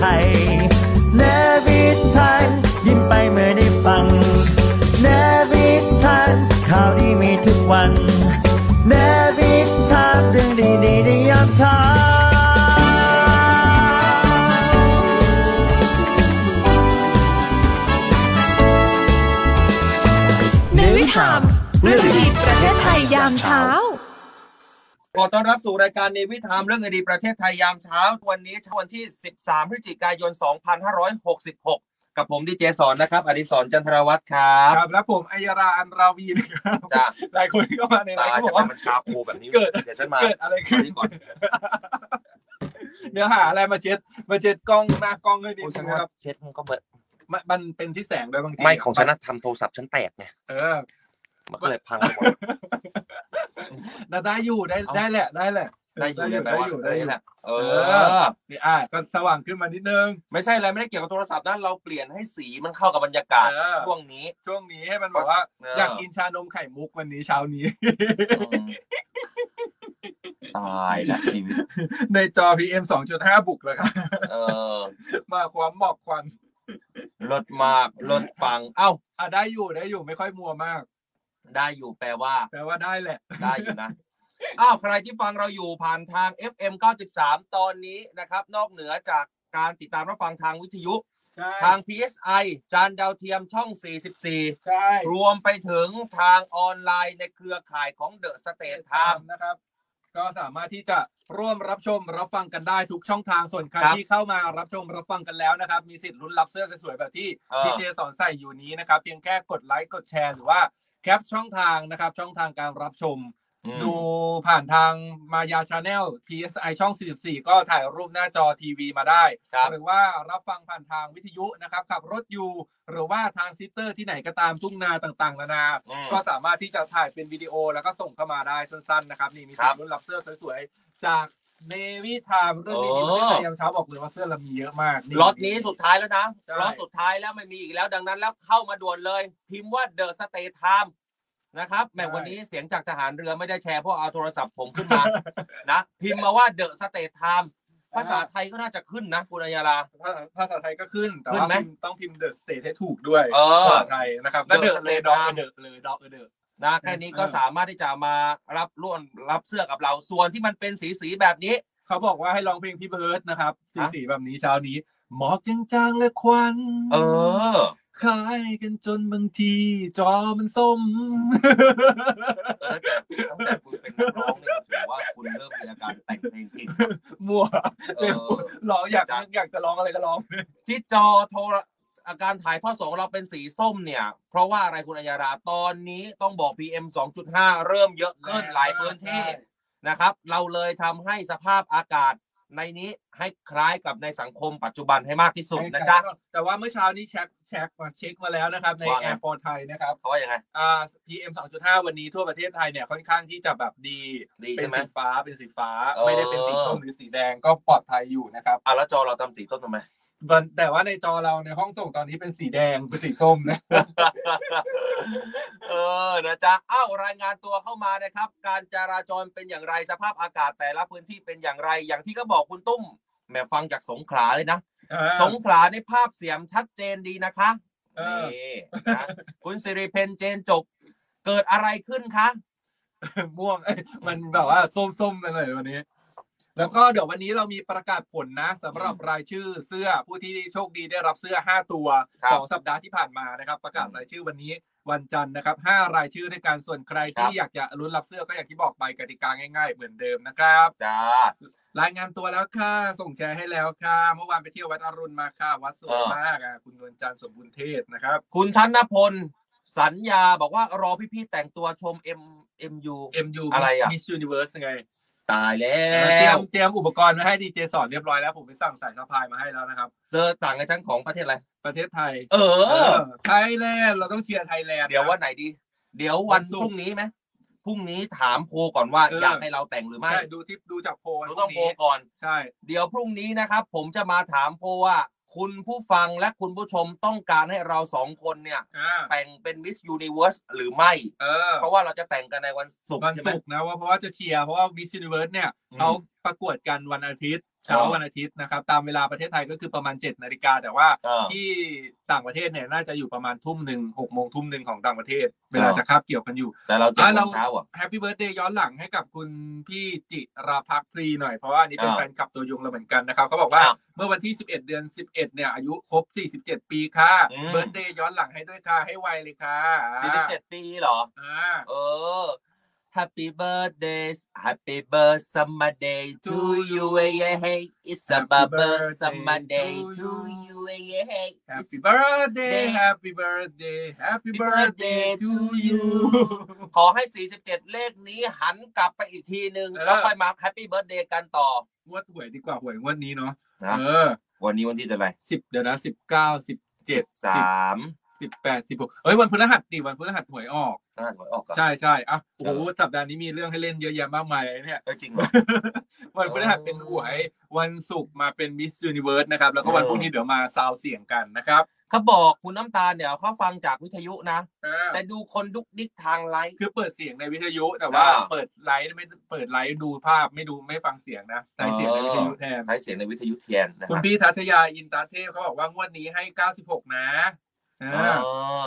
ไทยเนวิทานยิ้มไปเมื่อได้ฟังเนวิทานข่าวดีมีทุกวันเนวิทานเรื่องดีๆในยามเช้า ในวิถามเรื่องดีๆประเทศไทยยามเช้า ขอต้อนรับสู่รายการในวิธามเรื่องอดีตประเทศไทยยามเช้า วันนี้เช้าวันที่ 13 พฤศจิกายน 2566 กับผมดีเจสอนนะครับ อดิศรจันทรวัตรครับ ครับแล้วผมอัยราอันราวีนะครับ จ้า หลายคนก็มาในไล ตา น์ก็จะเป็บอกว่า นมันชาคูแบบนี้ เกิด เดี๋ยวฉันมา เกิดอะไร อั ขึ้ น น นี้ก่อน เนื้อหาอะไรมาเช็ดมาเช็ดกล้องหน้ากล้องให้ดี โอ้ยฉัน นะ ว่า ครับ เช็ดมันก็เบิด มันมันเป็นที่แสงด้วยบางที ไม่ของฉันนะทำโทรศัพท์ฉันแตกไง เออ มันก็เลยพังไปหมด น่าได้อยู่ได้ เอา ได้แหละได้แหละ ได้อยู่ได้ ได้ ว่า อยู่ ได้ ได้อแหยู่ได้อยู่ ละเออ นี่อ่ะก็สว่างขึ้นมานิดนึง ไม่ใช่อะไรไม่ได้เกี่ยวกับโทรศัพท์นะเราเปลี่ยนให้สีมันเข้ากับบรรยากาศ เออ ช่วงนี้ ช่วงนี้ให้มันบอกว่า เ อยากกินชานมไข่มุกวันนี้เช้านี้ อืมตายละชีวิต ในจอ PM 2.5 บุกแล้วครับ เออ มาความหมอกควัน ลดมากลดปัง เอ้า อ่ะได้อยู่ได้อยู่ไม่ค่อยมัวมาก ได้อยู่แปลว่า แต่ว่าได้แหละ ได้อยู่ นะ อ้าวใครที่ฟังเราอยู่ผ่านทาง FM 93 ตอนนี้นะครับ นอกเหนือจากการติดตามรับฟังทางวิทยุ ใช่ ทาง PSI จานดาวเทียมช่อง ใช่ 44 รวมไปถึงทางออนไลน์ในเครือข่ายของ The State ตาม Time นะครับ ก็สามารถที่จะร่วมรับชมรับฟังกันได้ทุกช่องทางส่วนใคร ครับ ที่เข้ามารับชมรับฟังกันแล้วนะครับ มีสิทธิ์ลุ้นรับเสื้อสวยๆแบบที่ เออ พีเจสอนใส่อยู่นี้นะครับ เพียงแค่กดไลค์กดแชร์หรือว่าแคปช่องทางนะครับ ช่องทางการรับชม ดูผ่านทางมายาชาแนล PSI ช่อง 44 ก็ถ่ายรูปหน้าจอทีวีมาได้ ครับ หรือว่ารับฟังผ่านทางวิทยุนะครับขับรถอยู่ หรือว่าทางซิสเตอร์ที่ไหนก็ตามทุ่งนาต่างๆ นานา อืม ก็สามารถที่จะถ่ายเป็นวิดีโอแล้วก็ส่งเข้ามาได้สั้นๆนะครับ นี่มี ครับสิทธิ์รุ่นรับเสื้อสวยๆ จากเนวิทามเรื่องนี้ โอ้ ที่ประเทศไทยยามเช้าบอกเลยว่าเสื้อเรามีเยอะมาก ล็อตนี้สุดท้ายแล้วนะ ใช่ ล็อตสุดท้ายแล้วไม่มีอีกแล้วดังนั้นแล้วเข้ามาด่วนเลย พิมพ์ว่าเดอะสเตทไทม์นะครับแหม่วันนี้เสียงจากทหารเรือไม่ได้แชร์เพราะเอาโทรศัพท์ผมขึ้นมา นะ พิมพ์มาว่าเดอะสเตทไทม์ภาษาไทยก็น่าจะขึ้นนะคุณอัยยาลา ภาษาภาษาไทยก็ขึ้น แต่ ขึ้น ว่า ไหม พิมพ์ต้องพิมพ์เดอะสเตทให้ถูกด้วย เออ ภาษาไทยนะครับแล้วเด The อะเลย State ดอก Time เดอะเลยดอกเดอะ นะแค่นี้ก็ เออ สามารถที่จะมารับร่วมรับเสื้อกับเราส่วนที่มันเป็นสีสีๆแบบนี้ เขาบอกว่าให้ร้องเพลงพี่เบิร์ดนะครับสี ฮะ สีแบบนี้เช้านี้ หมอกจางๆและควัน เออ คล้ายกันจนบางทีจอมันส้ม เออแต่ตั้งแต่คุณเป็นนักร้องเนี่ยถือว่าคุณเริ่มมีอาการแต่งเพลงเก่งนะ มัว เอ เดี๋ยว อ ร้องอยาก จาง อยากจะร้องอะไรก็ร้อง ที่จอโทรอาการถ่ายทอดสดของเราเป็นสีส้มเนี่ย เพราะว่าอะไรคุณอัญญาราตอนนี้ต้องบอก PM 2.5 เริ่มเยอะขึ้นหลายพื้นที่นะครับ เราเลยทำให้สภาพอากาศในนี้ให้คล้ายกับในสังคมปัจจุบันให้มากที่สุดนะจ๊ะ แต่ว่าเมื่อเช้านี้เช็คเช็คมาเช็คมาแล้วนะครับ ใน ว่าไง แอร์ฟอร์ไทยนะครับ เขาว่ายังไง อ่า PM 2.5 วันนี้ทั่วประเทศไทยเนี่ยค่อนข้างที่จะแบบดี ดี เป็ ใช่ น ไหม สีฟ้าเป็นสีฟ้า เออ ไม่ได้เป็นสีส้มหรือสีแดงก็ปลอดภัยอยู่นะครับ อ่ะแล้วจอเราทำสีส้มทำไม วันแต่ว่าในจอเราในห้องส่งตอนนี้เป็นสีแดงเป็นสีส้มนะ เออนะจ๊ะอ้าวรายงานตัวเข้ามานะครับ การจราจรเป็นอย่างไรสภาพอากาศแต่ละพื้นที่เป็นอย่างไร อย่างที่ก็บอกคุณตุ้มแหมฟังจากสงขลาเลยนะ สงขลาในภาพเสียมชัดเจนดีนะคะ เออ นี่นะคุณสิริเพนเจนจบ เกิดอะไรขึ้นคะ ม่วงเอ้ยมันแบบว่าส้มๆไปหน่อยวันนี้ แล้วก็เดี๋ยววันนี้เรามีประกาศผลนะสำหรับรายชื่อเสื้อผู้ที่โชคดีได้รับเสื้อ 5 ตัว ครับ ของสัปดาห์ที่ผ่านมานะครับ ประกาศรายชื่อวันนี้วันจันทร์นะครับ 5 รายชื่อด้วยกันส่วนใคร ค ที่ รับ อยากจะลุ้นรับเสื้อก็อย่างที่บอกไปกติกาง่ายๆ เหมือนเดิมนะครับ จ้าร ายงานตัวแล้วค่ะส่งแชร์ให้แล้วค่ะเมื่อวานไปเที่ยววัดอรุณมาค่ะวัดสวยมากอ่ะคุณนวลจันทร์สมบูรณ์เทศนะครับ คุณธนพล สัญญาบอกว่ารอพี่ๆแต่งตัวชม M MU MU อะไรอ่ะ Miss Universe ไง ตายแล้ เตรียว มเตรียมอุปกรณ์มาให้ดีเจสอนเรียบร้อยแล้วผมไปสั่งสายสะพายมาให้แล้วนะครับ เจอต่างกับชั้นของประเทศอะไร ประเทศไทย เออ ไทยแลนด์เราต้องเชียร์ไทยแลนด์ เดี๋ยววันไหนดี เดี๋ยววัน วันพศุกร์ รุ่งนี้ไหมพรุ่งนี้ถามโพลก่อนว่า เออ อ อ ยากให้เราแต่งหรือไม่ ใช่ดูทิปดูจากโพล หนูต้อง พ โพล รุ่นี้ ก่อน ใช่ เดี๋ยวพรุ่งนี้นะครับ ผมจะมาถามโพลว่า คุณผู้ฟังและคุณผู้ชมต้องการให้เราสองคนเนี่ย อ่า แต่งเป็น Miss Universe หรือไม่ เออ เพราะว่าเราจะแต่งกันในวันศุกร์ วัน ใช่ไหม ศุกร์นะว่าเพราะว่าจะเชียร์เพราะว่า Miss Universe เนี่ย อืม เขาประกวดกันวันอาทิตย์ เช้าวันอาทิตย์นะครับ ตามเวลาประเทศไทยก็คือประมาณ7จ็ดนาฬิกาแต่ว่า เออ ที่ต่างประเทศเนี่ยน่าจะอยู่ประมาณทุ่มหนึ่งหกโมงทุ่มหนึ่งของต่างประเทศ เวลาจะคาบเกี่ยวกันอยู่ แต่เราเจ็ด อ่ะ โม เรา งเช้าอ่ะ แฮปปี้เบิร์ดเดย์ย้อนหลังให้กับคุณพี่จิราพักพรีหน่อยเพราะว่าอันนี้เป็น อ่า แฟนคลับตัวยงเราเหมือนกันนะครับเขาบอกว่า ครับ เมื่อวันที่ 11 เดือน 11 เนี่ยอายุครบ 47 ปีค่ะ อืม เบิร์ดเดย์ย้อนหลังให้ด้วยค่ะให้ไวเลยค่ะ สี่สิบเจ็ดปีเหรอ อ่า เออ Happy birthday Happy birthday summer day to you yeah hey it's a Happy bubble birthday summer day to to you yeah hey it's Happy birthday Happy birthday Happy birthday to you ขอให้ 47 เลขนี้หันกลับไปอีกทีหนึ่ง เออ แล้วค่อยมา Happy birthday กันต่อง วดหวยดีกว่าห วยงวดนี้เนาะ นะ เออ วันนี้วันที่เท่าไหร่ สิบเดี๋ยวนะสิบเก้าสิบเจ็ด สาม สิบแปดสิบหกเอ้ยวันพฤหัสดิวันพฤหัสหวยออก น่าจะหวยออกก่อน ใช่ใช่อ่ะโอ้โหสัปดาห์นี้มีเรื่องให้เล่นเยอะแยะมากมายเลยเนี่ย เออจริงเหรอ วันพฤหัสเป็นหวยวันศุกร์มาเป็นมิส s u นิเวิร์สนะครับ แล้วก็วัน เออ พรุ่งนี้เดี๋ยวมาซาวเสียงกันนะครับ เขาบอกคุณน้ำตาลเนี่ยเขาฟังจากวิทยุนะ อ่า แต่ดูคนดุกดิกทางไลฟ์ คือเปิดเสียงในวิทยุแต่ว่า อ่า เปิดไลฟ์ไม่เปิดไลฟ์ดูภาพไม่ดูไม่ฟังเสียงนะใช้เสียงในวิทยุ เออ แทน ใช้เสียงในวิทยุแทนนะ คุณ ฮะ พี่ทัชยาอินตาเทพเขาบอกว่างวดนี้ให้ 96 นะอ่า เออ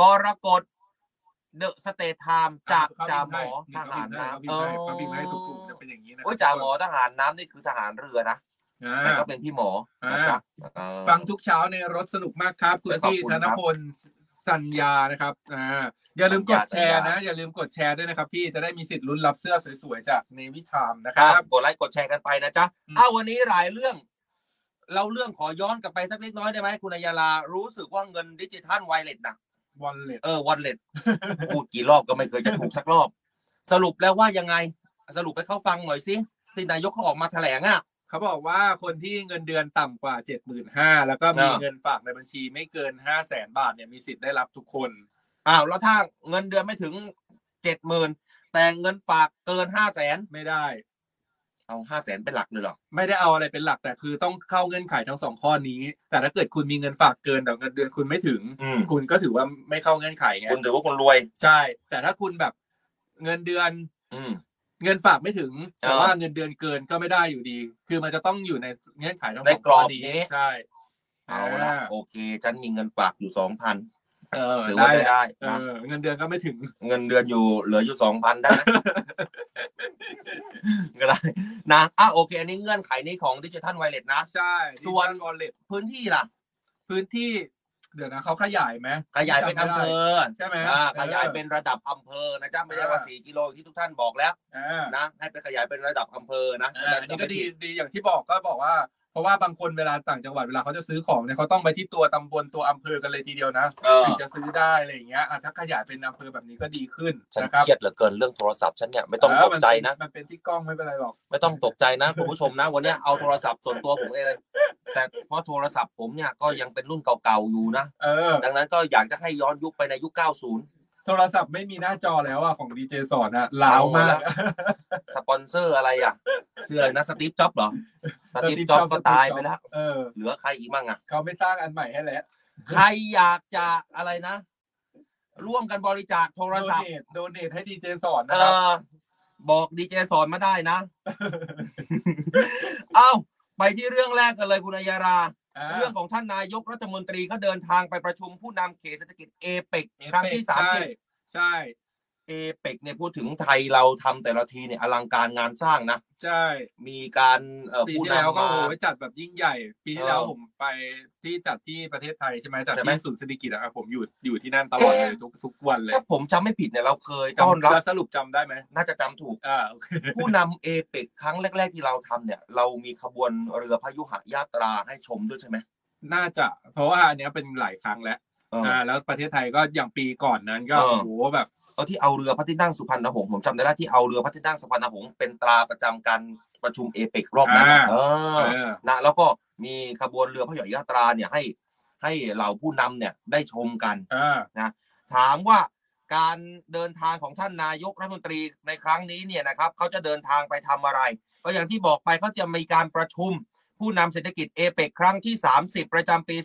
กรกฎเดอะสเตทไทม์จากจ่าหมอทหารน้ำ เอ เอ อ อ เขาบินให้ทุกกลุ่มจะเป็นอย่างนี้นะ โอ้ยจ่าหมอทหารน้ำนี่คือทหารเรือนะ อ่า แต่ก็เป็นพี่หมอนะจ๊ะเออ ฟังทุกเช้าในรถสนุกมากครับ คุณพี่ ขอบคุณคธรับ นพลสัญญานะครับอ่าอย่าลืมกดแชร์ สัญญา นะ อย่าลืมกดแชร์ด้วยนะครับพี่จะได้มีสิทธิ์ลุ้นรับเสื้อสวยๆจากในวิชามนะค ค รั รับ บกดไลค์กดแชร์กันไปนะจ๊ะ อืม เอาวันนี้หลายเรื่อง เราเรื่องขอย้อนกลับไปสักเล็กน้อยได้ไหมคุณอัยยาลารู้สึกว่าเงินดิจิทัลไวเลตนะ วอลเล็ต เออวันเล็ต พูดกี่รอบก็ไม่เคยจะถูกสักรอบ สรุปแล้วว่ายังไง สรุปไปเข้าฟังหน่อยสิที่นายกเขาออกมาแถลงอ่ะ เขาบอกว่าคนที่เงินเดือนต่ำกว่า 75,000แล้วก็มี อ่า เงินฝากในบัญชีไม่เกิน 5 0 0แสนบาทเนี่ยมีสิทธิ์ได้รับทุกคน อ้าวแล้วถ้าเงินเดือนไม่ถึงเจ็ดหมื่นแต่เงินฝากเกินห้าแสน ไม่ได้ เอาห้าแสนเป็นหลักเลยเหรอ ไม่ได้เอาอะไรเป็นหลักแต่คือต้องเข้าเงื่อนไขทั้งสองข้อนี้ แต่ถ้าเกิดคุณมีเงินฝากเกินแต่เงินเดือนคุณไม่ถึง อืม คุณก็ถือว่าไม่เข้าเงื่อนไขไง คุณถือว่าคุณรวย ใช่ แต่ถ้าคุณแบบเงินเดือน อืม เงินฝากไม่ถึง แต่ เออ ว่าเงินเดือนเกินก็ไม่ได้อยู่ดี คือมันจะต้องอยู่ในเงื่อนไขทั้งส ใน อง กรอบ ข้ นี้ ใช่ เอาละโอเค ฉันมีเงินฝากอยู่สองพัน เออ ถือว่า ได้ ใช้ได้ เอ นะ อเงินเดือนก็ไม่ถึง เงินเดือนอยู่เหลืออยู่สองพันได้ไหม ก็ได้นะอ่ะโอเค อันนี้เงื่อนไขนี้ของดิจิทัลไวเลตนะ ใช่ ส่วน วอลเล็ต พื้นที่ล่ะ พื้นที่ เดี๋ยวนะเขาขยายไหม ขยายเป็นอำเภ จำไม่ได้ อ ใช่ไหม อ่า เออ ขยายเป็นระดับอำเภอนะจ๊ะไม่ใช่ว่า เออ สี่กิโลอย่างที่ทุกท่านบอกแล้ว อ่า นะให้ไปขยายเป็นระดับอำเภอนะ อ่าอันนี้ก็ดีดีอย่างที่บอกก็บอกว่า เพราะว่าบางคนเวลาต่างจังหวัดเวลาเขาจะซื้อของเนี่ยเขาต้องไปที่ตัวตำบลตัวอำเภอกันเลยทีเดียวนะ เออ ถึงจะซื้อได้อะไรอย่างเงี้ยอ่ะถ้าขยายเป็นอำเภอแบบนี้ก็ดีขึ้น ฉัน นะครับ เครียดเหลือเกินเรื่องโทรศัพท์ฉันเนี่ยไม่ต้อง เ ตกใจนะ มัเป็มันเป็นที่กล้องไม่เป็นไรหรอก ไม่ต้องตกใจนะคุณผู้ชมนะ วันเนี้ยเอาโทรศัพท์ส่วนตัวผมเองแต่เพราะโทรศัพท์ผมเนี่ยก็ยังเป็นรุ่นเก่าๆอยู่นะ เออ ดังนั้นก็อยากจะให้ย้อนยุคไปในยุค 90 โทรศัพท์ไม่มีหน้าจอแล้วอ่ะของดีเจสอนอ่ะลาวมาก สปอนเซอร์อะไรอ่ะเชื่ออะไรนะสตีฟจ็อบเหรอสตีฟ Steve จ็อบ Jobs ก็ตายไปแล้ว เออ เหลือใครอีกมั่งอ่ะ เขาไม่สร้างอันใหม่ให้แล้ว ใครอยากจะอะไรนะ ร่วมกันบริจาคโทรศัพท์ โดเนทโดเนทให้ดีเจสอน เอ นะครับ อ บอกดีเจสอนมาได้นะ เอ้า ไปที่เรื่องแรกกันเลยคุณอัยยารา เรื่องของท่านนายกรัฐมนตรีเขาเดินทางไปประชุมผู้นำเขตเศรษฐกิจเอเปกครั้งที่ Apex ใช่ 30 ใช่ เอเปกเนี่ยพูดถึงไทยเราทำแต่ละทีเนี่ยอลังการงานสร้างนะ ใช่ มีการเอ่อ ปี ผู้ ที่แล้ว นำ ก็ มา โอ้ยจัดแบบยิ่งใหญ่ ปีที่ เออ แล้วผมไปที่จัดที่ประเทศไทยใช่ไหมจัด ใช่ไหม ที่ศูนย์เศรษฐกิจอะครับผมอยู่อยู่ที่นั่นตลอด เลยทุกทุกวันเลย ถ้าผมจำไม่ผิดเนี่ยเราเคย จำ ต้อนรับ สรุปจำได้ไหม น่าจะจำถูก อ่า โอเค ผู้นำเอเปกครั้งแรก ๆ ที่เราทำเนี่ย เรามีขบวนเรือพยุหยาตราให้ชมด้วยใช่ไหม น่าจะ เพราะว่าอันเนี้ยเป็นหลายครั้งแล้ว เออ อ่าแล้วประเทศไทยก็อย่างปีก่อนนั้นก็ เออ โอ้โหแบบ เอาที่เอาเรือพระที่นั่งสุพรรณหงส์ผมจำได้ละที่เอาเรือพระที่นั่งสุพรรณหงส์เป็นตราประจำการประชุมเอเปกรอบนั้นน่ะเออ เออ นะแล้วก็มีขบวนเรือพระยอยาตราเนี่ยให้ให้เหล่าผู้นำเนี่ยได้ชมกัน เออ ถามว่าการเดินทางของท่านนายกรัฐมนตรีในครั้งนี้เนี่ยนะครับเขาจะเดินทางไปทำอะไร ก็อย่างที่บอกไปเขาจะมีการประชุม ผู้นำเศรษฐกิจเอเปกครั้งที่ 30 ประจำปี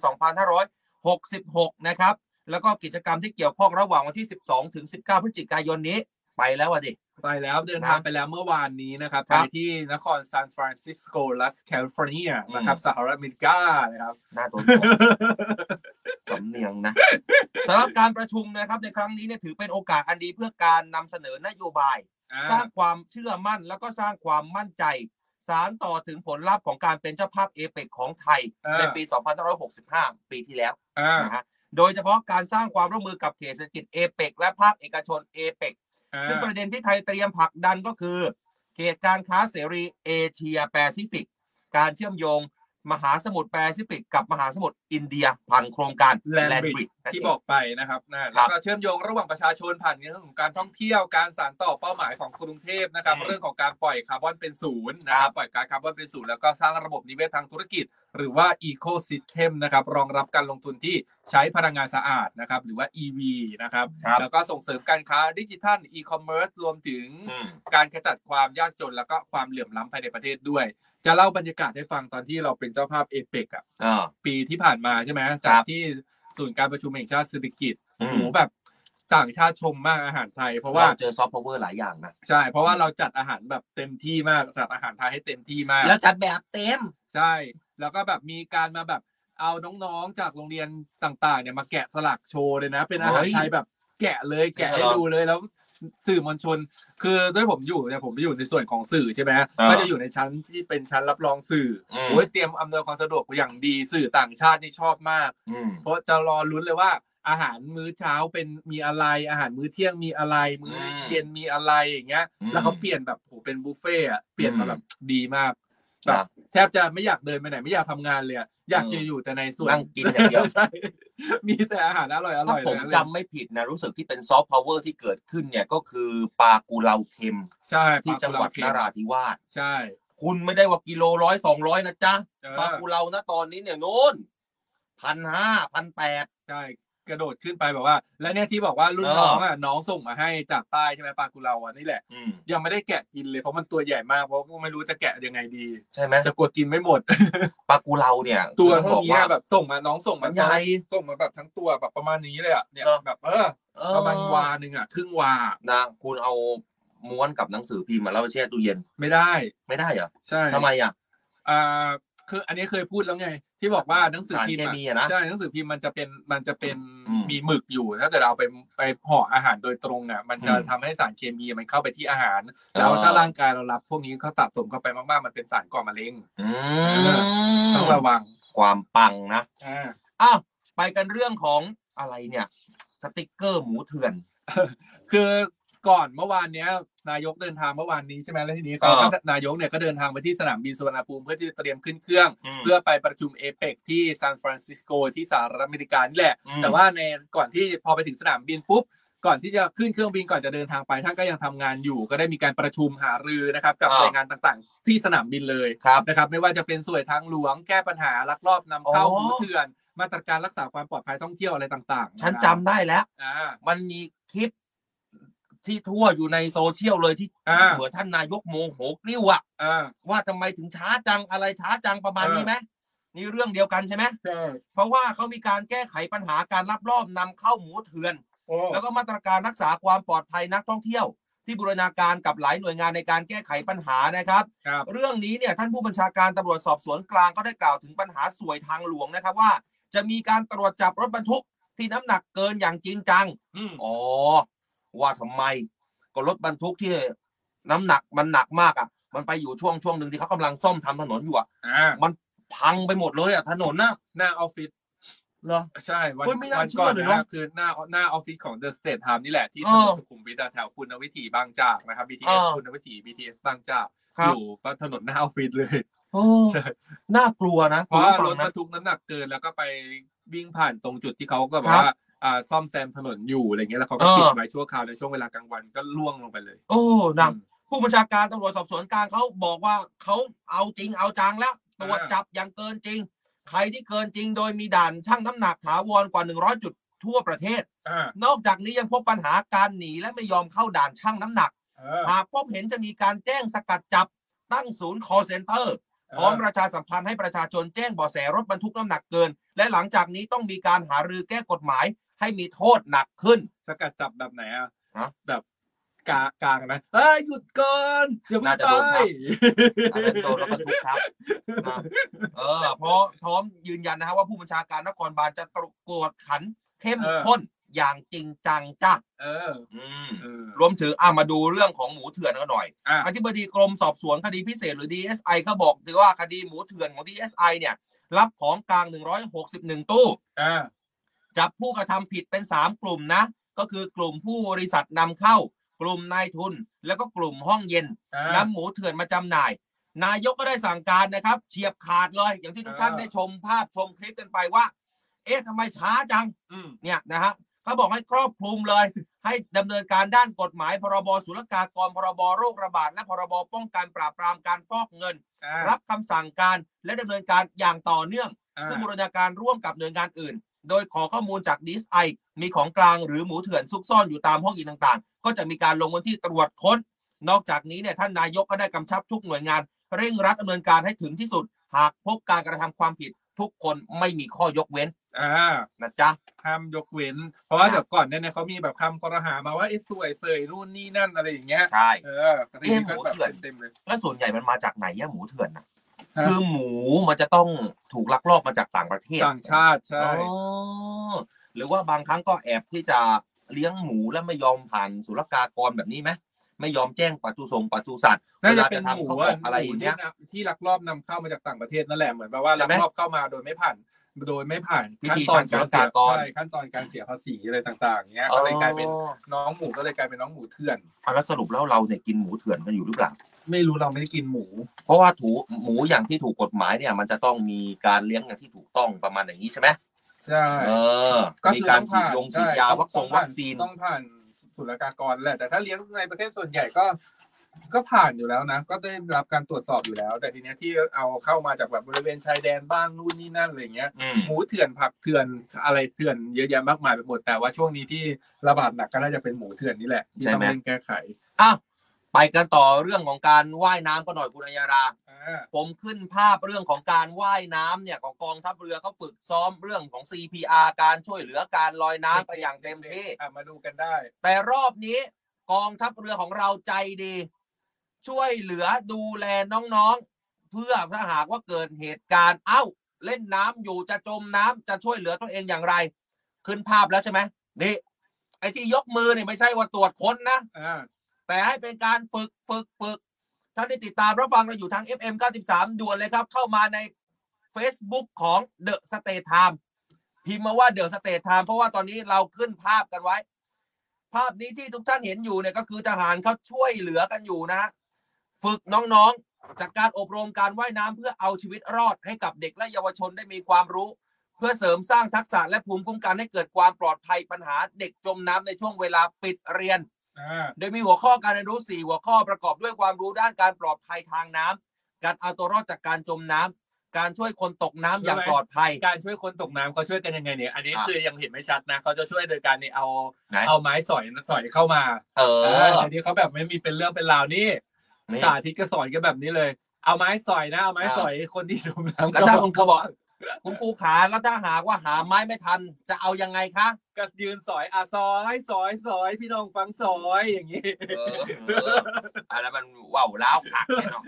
2566 นะครับ แล้วก็กิจกรรมที่เกี่ยวข้องระหว่างวันที่ 12 ถึง 19 พฤศจิกายนนี้ ไปแล้วอ่ะดิ ไปแล้วเดินทางไปแล้วเมื่อวานนี้นะครับ ค ไป รับ ที่นครซานฟรานซิสโกรัสแคลิฟอร์เนีย อืม นะครับสหรัฐอเมริกานะครับ หน้าตัวสด สำเนียงนะ สำหรับการประชุมนะครับในครั้งนี้เนี่ยถือเป็นโอกาสอันดีเพื่อการนำเสนอนโยบาย อ่า สร้างความเชื่อมั่นแล้วก็สร้างความมั่นใจ สารต่อถึงผลลัพธ์ของการเป็นเจ้าภาพเอเปกของไทย อ่า ในปี 2565 ปีที่แล้ว อ่า นะฮะโดยเฉพาะการสร้างความร่วมมือกับเขตเศรษฐกิจเอเปกและภาคเอกชนเอเปกซึ่งประเด็นที่ไทยเตรียมผลักดันก็คือ เขตการค้าเสรีเอเชียแปซิฟิก การเชื่อมโยง มหาสมุทรแปซิฟิก กับมหาสมุทรอินเดียผ่านโครงการ แลนบริด Land Bridge นั่นเง ที่บอกไปนะครับนะ ครั แล้ บ วก็เชื่อมโยงระหว่างประชาชนผ่านเรื่องของการท่องเที่ยวการสานต่อเป้าหมายของกรุงเทพนะครับ อืม เรื่องของการปล่อยคาร์บอนเป็นศูนย์นะครับปล่อยก๊าซคาร์บอนเป็นศูนย์แล้วก็สร้างระบบนิเวศทางธุรกิจ หรือว่า Eco System นะครับรองรับการลงทุนที่ใช้พลังงานสะอาดนะครับหรือว่า EV นะครับ ครับ แล้วก็ส่งเสริมการค้าดิจิทัล e-commerce รวมถึง อืม การขจัดความยากจนแล้วก็ความเหลื่อมล้ำภายในประเทศด้วย จะเล่าบรรยากาศให้ฟังตอนที่เราเป็นเจ้าภาพเอเปกอะ อ่า ปีที่ผ่านมาใช่ไหมจากที่ศูนย์การประชุมแห่งชาติเศรษฐกิจ อื โอ้ ม โหแบบต่างชาติชมมากอาหารไทย เพราะว่า เราเจอซอฟต์พาวเวอร์หลายอย่างนะ ใช่ เพราะว่าเราจัดอาหารแบบเต็มที่มากจัดอาหารไทยให้เต็มที่มาก แล้วจัดแบบเต็ม ใช่ แล้วก็แบบมีการมาแบบเอาน้องๆจากโรงเรียนต่างๆเนี่ยมาแกะสลักโชว์เลยนะ เป็นอาหาร เฮ้ย ไทยแบบแกะเลยแกะให้ จริงเหรอ ดูเลยแล้วสื่อมวลชน คือด้วยผมอยู่เนี่ยผมอยู่ในส่วนของสื่อใช่ไหม อ่า ก็จะอยู่ในชั้นที่เป็นชั้นรับรองสื่ออ ม โอ้ยเตรียมอำนวยความสะดวกอย่างดีสื่อต่างชาตินี่ชอบมาก อืม เพราะจะรอลุ้นเลยว่า อาหารมื้อเช้าเป็นมีอะไร อาหารมื้อเที่ยงมีอะไร มื้ออ ม เย็นมีอะไรอย่างเงี้ย อืม แล้วเขาเปลี่ยนแบบโหเป็นบุฟเฟ่ต์อะเปลี่ยนอืมาม แบบดีมากแบบ นะ แทบจะไม่อยากเดินไปไหนไม่อยากทำงานเลยอะอยาก อืม จะอยู่แต่ในส่วน นั่งกินอย่างเดียว ใช่มีแต่อาหารอร่อยอร่ ถ้า อย ผม เลย จำไม่ผิดนะ รู้สึกที่เป็นซอฟต์พาวเวอร์ที่เกิดขึ้นเนี่ยก็คือปลากูเลาเค็ม ใช่ ที่จังหวัดนราธิวาส ใช่ คุณไม่ได้ว่ากิโลร้อยสองร้อยนะจ๊ะ เอ ปลา อ กูเลานะตอนนี้เนี่ยนู้นพันห้าพันแปด ใช่กระโดดขึ้นไปแบบว่า และเนี่ยที่บอกว่ารุ่น เออ น้องอะน้องส่งมาให้จากใต้ใช่ไหมปลากุเลาอะนี่แหละ อืม ยังไม่ได้แกะกินเลยเพราะมันตัวใหญ่มากเพราะก็ไม่รู้จะแกะยังไงดี ใช่ไหม จะกลัวกินไม่หมด ปลากูเลาเนี่ย ตัว ต้อง เท่า บอก นี้ ว่า อะแบบส่งมาน้องส่ง มั มาน ใหญ่ ส่งมาแบบทั้งตัวแบบประมาณนี้เลยอ่ะเนี่ย เนอะ แบบเออ เออ ประมาณวาหนึ่งอ่ะครึ่งวา นะคุณเอาม้วนกับหนังสือพิมพ์มาแล้วไปแช่ตู้เย็น ไม่ได้ ไม่ได้เหรอ ใช่ ทำไมอ่ะ อ่าคืออันนี้เคยพูดแล้วไง ที่บอกว่าหนังสือพิมพ์ สารเคมีอะนะ ใช่หนังสือพิมพ์มันจะเป็นมันจะเป็น อืม มีหมึกอยู่ ถ้าเกิดเราไปไปห่ออาหารโดยตรงอ่ะ มันจะ อืม ทำให้สารเคมีมันเข้าไปที่อาหาร แล้ว อ่า ถ้าร่างกายเรารับ พวกนี้เขาตัดสมเข้าไปมากๆมันเป็นสารก่อมะเร็ง อื เอ ม ต้องระวัง ความปังนะ อ่า อ้าวไปกันเรื่องของอะไรเนี่ย สติกเกอร์หมูเถื่อน คือก่อนเมื่อวานเนี้ย นายกเดินทางเมื่อวานนี้ใช่ไหมแล้วทีนี้ก็ เออ ก็นายกเนี่ยก็เดินทางไปที่สนามบินสุวรรณภูมิเพื่อที่จะเตรียมขึ้นเครื่อง เพื่ เพื่ อ อไปประชุมเอเปกที่ซานฟรานซิสโกที่สหรัฐอเมริกานี่แหละ อืม แต่ว่าในก่อนที่พอไปถึงสนามบินปุ๊บก่อนที่จะขึ้นเครื่องบินก่อนจะเดินทางไปท่านก็ยังทำงานอยู่ ก็ได้มีการประชุมหารือนะครับกับหน่วยงานต่างๆ ที่สนามบินเลย ครับ นะครับไม่ว่าจะเป็นสวยทางหลวงแก้ปัญหาลักลอบนำเข้า อ๋อ หมูเถื่อนมาตรการรักษาความปลอดภัยท่องเที่ยวอะไรต่างๆ ฉันจำได้แล้ว อ่า มันมีคลิปที่ทั่วอยู่ในโซเชียลเลยที่ อ่า เหมือนท่านนายกโมโหกลิ้วอะ อ่า ว่าทำไมถึงช้าจังอะไรช้าจังประมาณ เออ นี้ไหมนี่เรื่องเดียวกันใช่ไหม ใช่ เพราะว่าเขามีการแก้ไขปัญหาการลักลอบนำเข้าหมูเถื่อน โอ้ แล้วก็มาตรการรักษาความปลอดภัยนักท่องเที่ยว ที่บูรณาการกับหลายหน่วยงานในการแก้ไขปัญหานะครับ ครับ เรื่องนี้เนี่ยท่านผู้บัญชาการตำรวจสอบสวนกลางก็ได้กล่าวถึงปัญหาสวยทางหลวงนะครับว่า จะมีการตรวจจับรถบรรทุกที่น้ำหนักเกินอย่างจริงจัง อืม อ๋อ ว่าทำไม ก็รถบรรทุกที่น้ำหนักมันหนักมากอ่ะ มันไปอยู่ช่วงช่วงหนึ่งที่เขากำลังซ่อมทำถนนอยู่อ่ะ อ่า มันพังไปหมดเลยอ่ะถนนนะ หน้าออฟฟิศ เหรอ ใช่วัน เฮ้ยไม่น่า วั เชื่ ก่ อ อน เลย นะ เนอะ คือหน้าหน้าออฟฟิศของเดอะสเตทไทม์นี่แหละที่ เอ ถน อน สุขุมวิทอะแถวคุณวิถีบางจากนะครับ เอ BTS อ คุณวิถี BTS บางจาก ครับ อยู่ถนนหน้าออฟฟิศเลย โอ้ ใช่ น่ากลัวนะ เพราะว่าร คุณ ถ ผู้ฟัง บร นะ รทุกน้ำหนักเกินแล้วก็ไปวิ่งผ่านตรงจุดที่เขาก็แบ ครับ บ ว่าอ่าซ่อมแซมถนนอยู่อะไรเงี้ยแล้วเขาก็ เออ ปิดไว้ชั่วคราวในช่วงเวลากลางวันก็ล่วงลงไปเลย โอ้นะ อืม ผู้บัญชาการตำรวจสอบสวนกลางเขาบอกว่าเขาเอาจริงเอาจังแล้วตรวจ อ่า จับอย่างเกินจริง ใครที่เกินจริงโดยมีด่านช่างน้ำหนักถาวรกว่า 100 จุดทั่วประเทศ อ่าน อกจากนี้ยังพบปัญหาการหนีและไม่ยอมเข้าด่านช่างน้ำหนัก เออ หากพบเห็นจะมีการแจ้งสกัดจับตั้งศูนย์ call center พร้อมประชาสัมพันธ์ให้ประชาชนแจ้งเบาะแสรถบรรทุกน้ำหนักเกิน และหลังจากนี้ต้องมีการหารือแก้กฎหมายให้มีโทษหนักขึ้น สกัดจับแบบไหนอะ ฮะ แบบ กลางกลางนะเอ้ยหยุดก่อนอย่าเพิ่ น่าง จะโดไปนทับ อาจจะโดนรถบรรทุกทับนะเออ เพราะพร้อมยืนยันนะฮะว่าผู้บัญชาการนครบาลจะตรวจกวดขันเข้มข้นอย่างจริงจังจ้ะ เออ อืม เออ รวมถึงอ่ะมาดูเรื่องของหมูเถื่อนกันหน่อย อ่ะ อธิบดีกรมสอบสวนคดีพิเศษหรือ DSI เขาบอกถือว่าคดีหมูเถื่อนของ DSI เนี่ย รับของกลาง 161 ตู้ อ่า จับผู้กระทำผิดเป็น 3 กลุ่มนะ ก็คือกลุ่มผู้บริษัทนำเข้า กลุ่มนายทุน แล้วก็กลุ่มห้องเย็น อ่า นำหมูเถื่อนมาจำหน่าย นายกก็ได้สั่งการนะครับ เฉียบขาดเลย อย่างที่ทุกท่าน อ่า ได้ชมภาพชมคลิปกันไปว่า เอ๊ะทำไมช้าจัง อืม เนี่ยนะฮะเขาบอกให้ครอบคลุมเลย ให้ดำเนินการด้านกฎหมาย พรบศุลกากร พรบโรคระบาด และพรบป้องกันปราบปรามการฟอกเงิน อ่า รับคำสั่งการและดำเนินการอย่างต่อเนื่อง อ่า ซึ่งบูรณาการร่วมกับหน่วยงานอื่น โดยขอข้อมูลจากดีสไอมีของกลางหรือหมูเถื่อนซุกซ่อนอยู่ตามห้องอีกต่างๆ ก็จะมีการลงพื้นที่ตรวจค้น นอกจากนี้เนี่ยท่านนายกก็ได้กำชับทุกหน่วยงาน เร่งรัดดำเนินการให้ถึงที่สุด หากพบการกระทำความผิด ทุกคนไม่มีข้อยกเว้น อ่า นะจ๊ะ ห้ามยกเว้น เพราะว่าเดี๋ยวก่อนเนี่ยนะเขามีแบบคำกระหามาว่าไอ้สวยเสยนู่นนี่นั่นอะไรอย่างเงี้ย ใช่ เออปกติก็แบบเต็มๆเลย แล้วส่วนใหญ่มันมาจากไหนอะหมูเถื่อนนะ ฮะ คือหมูมันจะต้องถูกลักลอบมาจากต่างประเทศ ต่างชาติใช่ อ๋อหรือว่าบางครั้งก็แอบที่จะเลี้ยงหมูแล้วไม่ยอมผ่านศุลกากรแบบนี้ไหมไม่ยอมแจ้งปศุสงปศุสัตว์ น่าจะ วล เป็นหทำมูเขาบ ว่า อกอะไรอย่างเงี้ย ที่ลักลอบนำเข้ามาจากต่างประเทศนั่นแหละเหมือนแบบว่า ใช่ ลัก ไหม ลอบเข้ามาโดยไม่ผ่านโดยไม่ผ่าน วิ ขั้น ธี ตอนการเสีย ทางศุลกากร ใช่ขั้นตอนการเสียภาษีอะไรต่างๆเงี้ยก็เลยกลายเป็นน้องหมูก็เลยกลายเป็นน้องหมูเถื่อน อ่ะแล้วสรุปแล้วเราเนี่ยกินหมูเถื่อนกันอยู่หรือเปล่า ไม่รู้เราไม่ได้กินหมู เพราะว่าถูหมูอย่างที่ถูกกฎหมายเนี่ย มันจะต้องมีการเลี้ยงอย่างที่ถูกต้องประมาณอย่างนี้ใช่ไหม ใช่ เออ มี คื การ ต้อ ฉีด ผ่น ยงฉีด ใช่ ยา ต้อง วัคซง ต้องผ่า วัคซีน ต้องผ่านศุลกากรแหละแต่ถ้าเลี้ยงในประเทศส่วนใหญ่ก็ ก็ผ่านอยู่แล้วนะ ก็ได้รับการตรวจสอบอยู่แล้ว แต่ทีเนี้ยที่เอาเข้ามาจากแบบบริเวณชายแดนบ้างนู่นนี่นั่นอะไรอย่างเงี้ย อืม หมูเถื่อนผักเถื่อนอะไรเถื่อนเยอะแยะมากมายไปหมดแต่ว่าช่วงนี้ที่ระบาดหนักก็น่าจะเป็นหมูเถื่อนนี่แหละที่ ใช่ ต้อ ไหมงเร่งแก้ไข อ่ะไปกันต่อเรื่องของการว่ายน้ำกันหน่อยคุณอัญญารา อ่า ผมขึ้นภาพเรื่องของการว่ายน้ำเนี่ยของกองทัพเรือเขาฝึกซ้อมเรื่องของ CPR การช่วยเหลือการลอยน้ำกันอย่างเต็มที่ อ่ะมาดูกันได้ แต่รอบนี้กองทัพเรือของเราใจดี ช่วยเหลือดูแลน้องๆ เพื่อถ้าหากว่าเกิดเหตุการณ์เอ้า เล่นน้ำอยู่จะจมน้ำจะช่วยเหลือตัวเองอย่างไร ขึ้นภาพแล้วใช่ไหมนี่ไอ้ที่ยกมือเนี่ยไม่ใช่ว่าตรวจค้นนะ อ่า แต่ให้เป็นการฝึกฝึกฝึกท่านที่ติดตามรับฟังเราอยู่ทาง FM 93 ด่วนเลยครับ เข้ามาใน Facebook ของ The State Time พิมพ์มาว่า The State Time เพราะว่าตอนนี้เราขึ้นภาพกันไว้ ภาพนี้ที่ทุกท่านเห็นอยู่เนี่ยก็คือทหารเขาช่วยเหลือกันอยู่นะฮะฝึกน้องๆ จากการอบรมการว่ายน้ำเพื่อเอาชีวิตรอดให้กับเด็กและเยาวชนได้มีความรู้ เพื่อเสริมสร้างทักษะและภูมิคุ้มกันให้เกิดความปลอดภัยปัญหาเด็กจมน้ำในช่วงเวลาปิดเรียน อ่า โดยมีหัวข้อการเรียนรู้ 4 หัวข้อประกอบด้วยความรู้ด้านการปลอดภัยทางน้ำการเอาตัวรอดจากการจมน้ำการช่วยคนตกน้ำอย่างปลอดภัย การช่วยคนตกน้ำเขาช่วยกันยังไงเนี่ย อันนี้ อ่ะ คือยังเห็นไม่ชัดนะเขาจะช่วยโดยการเนี่ยเอา ไหน เอาไม้สอยสอยเข้ามา เออ แต่นี้เขาแบบไม่มีเป็นเรื่องเป็นราวนี่ นี่ สาธิตก็สอนกันแบบนี้เลย เอาไม้สอยนะ เอาไม้ อ่า สอยคนที่จมน้ำ แล้วถ้าคุณครูบอก คุณครูขาแล้วถ้าหากว่าหาไม้ไม่ทัน จะเอายังไงคะ ก็ยืนสอยอ่ะสอยสอยสอยพี่น้องฟังสอยอย่างนี้ เออเอออะไรมันว่าวล้าวขักแน่นอน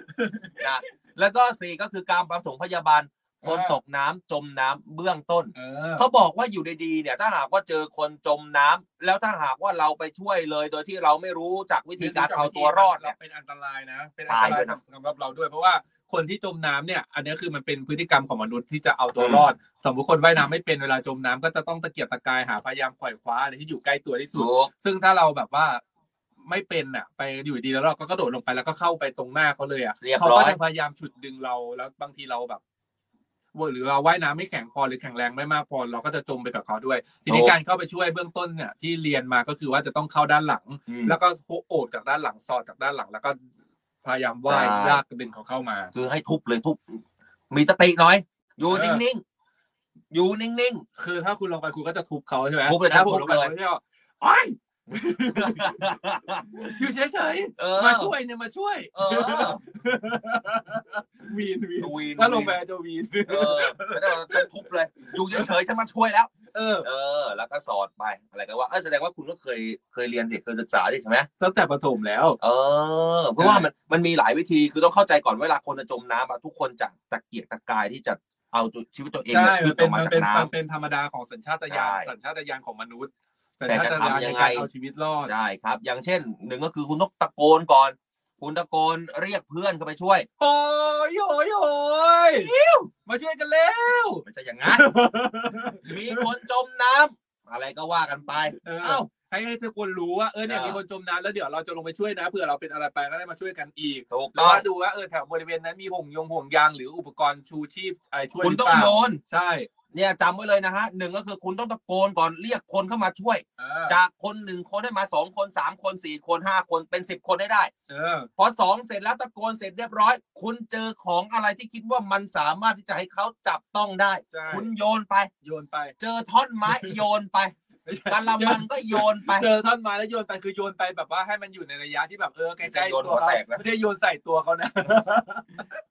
นะแล้วก็สี่ก็คือการประถมพยาบาล คนตกน้ำจมน้ำเบื้องต้น เออ เขาบอกว่าอยู่ดีๆเนี่ยถ้าหากว่าเจอคนจมน้ำแล้วถ้าหากว่าเราไปช่วยเลย โดยที่เราไม่รู้จักวิธีการเอาตัวรอดเนี่ย เาเป็นอันตรายนะ เป็นอันต ตายด้วราย ยนะ สำหรับเราด้วย เพราะว่าคนที่จมน้ำเนี่ย อันนี้คือมันเป็นพฤติกรรมของมนุษย์ที่จะเอาตัวรอด สมมติคนว่ายน้ำไม่เป็นเวลาจมน้ำก็จะต้องตะเกียบตะกายหาพยายามไขว่คว้าอะไรที่อยู่ใกล้ตัวที่สุด ซึ่งถ้าเราแบบว่าไม่เป็นอ่ะ ไปอยู่ดีแล้วเราก็กระโดดลงไปแล้วก็เข้าไปตรงหน้าเขาเลยอ่ะ เรียบร้อยเขาก็จะพยายามฉุดดึงเราแล้วบางทีเราแบบหรือเราว่ายน้ำไม่แข็งพอหรือแข็งแรงไม่มากพอเราก็จะจมไปกับเขาด้วย ทีนี้การเข้าไปช่วยเบื้องต้นเนี่ย ที่เรียนมาก็คือว่าจะต้องเข้าด้านหลัง อืม แล้วก็โอบจากด้านหลังซอดจากด้านหลัง แล้วก็พยายามว่าย ใช่ ลากดึงเขาเข้ามา คือให้ทุบเลยทุบ มีสติหน่อย อยู่นิ่งๆ อยู่นิ่ง คือถ้าคุณลงไปคุณก็จะทุบเขาใช่ไหม ทุบเลย ถ้าผม ทุบลง เล ไป ย ผมก็จะโอ้ย อยู่เฉย เออ ๆ มาช่วยเนี่ยมาช่วย เออ วีนวีน วีน ถ้าลงไปจะวีน เออไม่ได้ว่าฉันทุบเลย อยู่เฉยๆจะมาช่วยแล้ว เออ เออ แล้วก็สอนไปอะไรกันว่าเออแสดงว่าคุณก็เคยเคยเรียนเด็กเคยศึกษาดิใช่ไหม ตั้งแต่ประถมแล้ว เออ เพราะว่ามันมันมีหลายวิธีคือต้องเข้าใจก่อนเวลาคนจะจมน้ำอะทุกคนจะตะเกียกตะกายที่จะเอาตัวชีวิตตัวเอง ใช่ เนี่ยขึ้ มัน นอ เป็ อน กมาจากน้ำมันเป็นมันเป็นธรรมดาของสัญชาตญาณ ใช่ สัญชาตญาณของมนุษย์ แต่จะทำยังไง สัญชาตญาณในการเอาชีวิตรอด ใช่ครับ อย่างเช่นหนึ่งก็คือคุณต้องตะโกนก่อน คุณตะโกนเรียกเพื่อนเข้าไปช่วย โอ้ยโอ้ยโอ้ยมาช่วยกันแล้ว ไม่ใช่อย่าง นั้น มีคนจมน้ำอะไรก็ว่ากันไป เออ เอ้า ให้ให้ทุกคนรู้ว่าเออเนี่ย เออ มีคนจมน้ำแล้วเดี๋ยวเราจะลงไปช่วยนะเผื่อเราเป็นอะไรไปก็ได้มาช่วยกันอีก ถูก แล้ ต้อวง ก็ดูว่าเออแถวบริเวณนั้นมีห่วงยงห่วงยางหรืออุปกรณ์ชูชีพอะไรช่วยห คุณ รือ ต้อ เป ง ล่า โยน ใช่ เนี่ยจำไว้เลยนะฮะหนึ่งก็คือคุณต้องตะโกนก่อนเรียกคนเข้ามาช่วย เออ จากคนหนึ่งคนให้มาสองคนสามคนสี่คนห้าคนเป็นสิบคนให้ได้ เออ พอสองเสร็จแล้วตะโกนเสร็จเรียบร้อย คุณเจอของอะไรที่คิดว่ามันสามารถที่จะให้เขาจับต้องได้ ใช่ คุณโยนไป โยนไป เจอท่อนไม้โยนไป ไม่ใช่ กะละมังก็โยนไป เจอท่อนไม้แล้วโยนไปคือโยนไปแบบว่าให้มันอยู่ในระยะที่แบบเออใก ไม่ใช่ ล้ๆ โยน ตัหัววเขา แตกนะ ไม่ได้โยนใส่ตัวเขานะ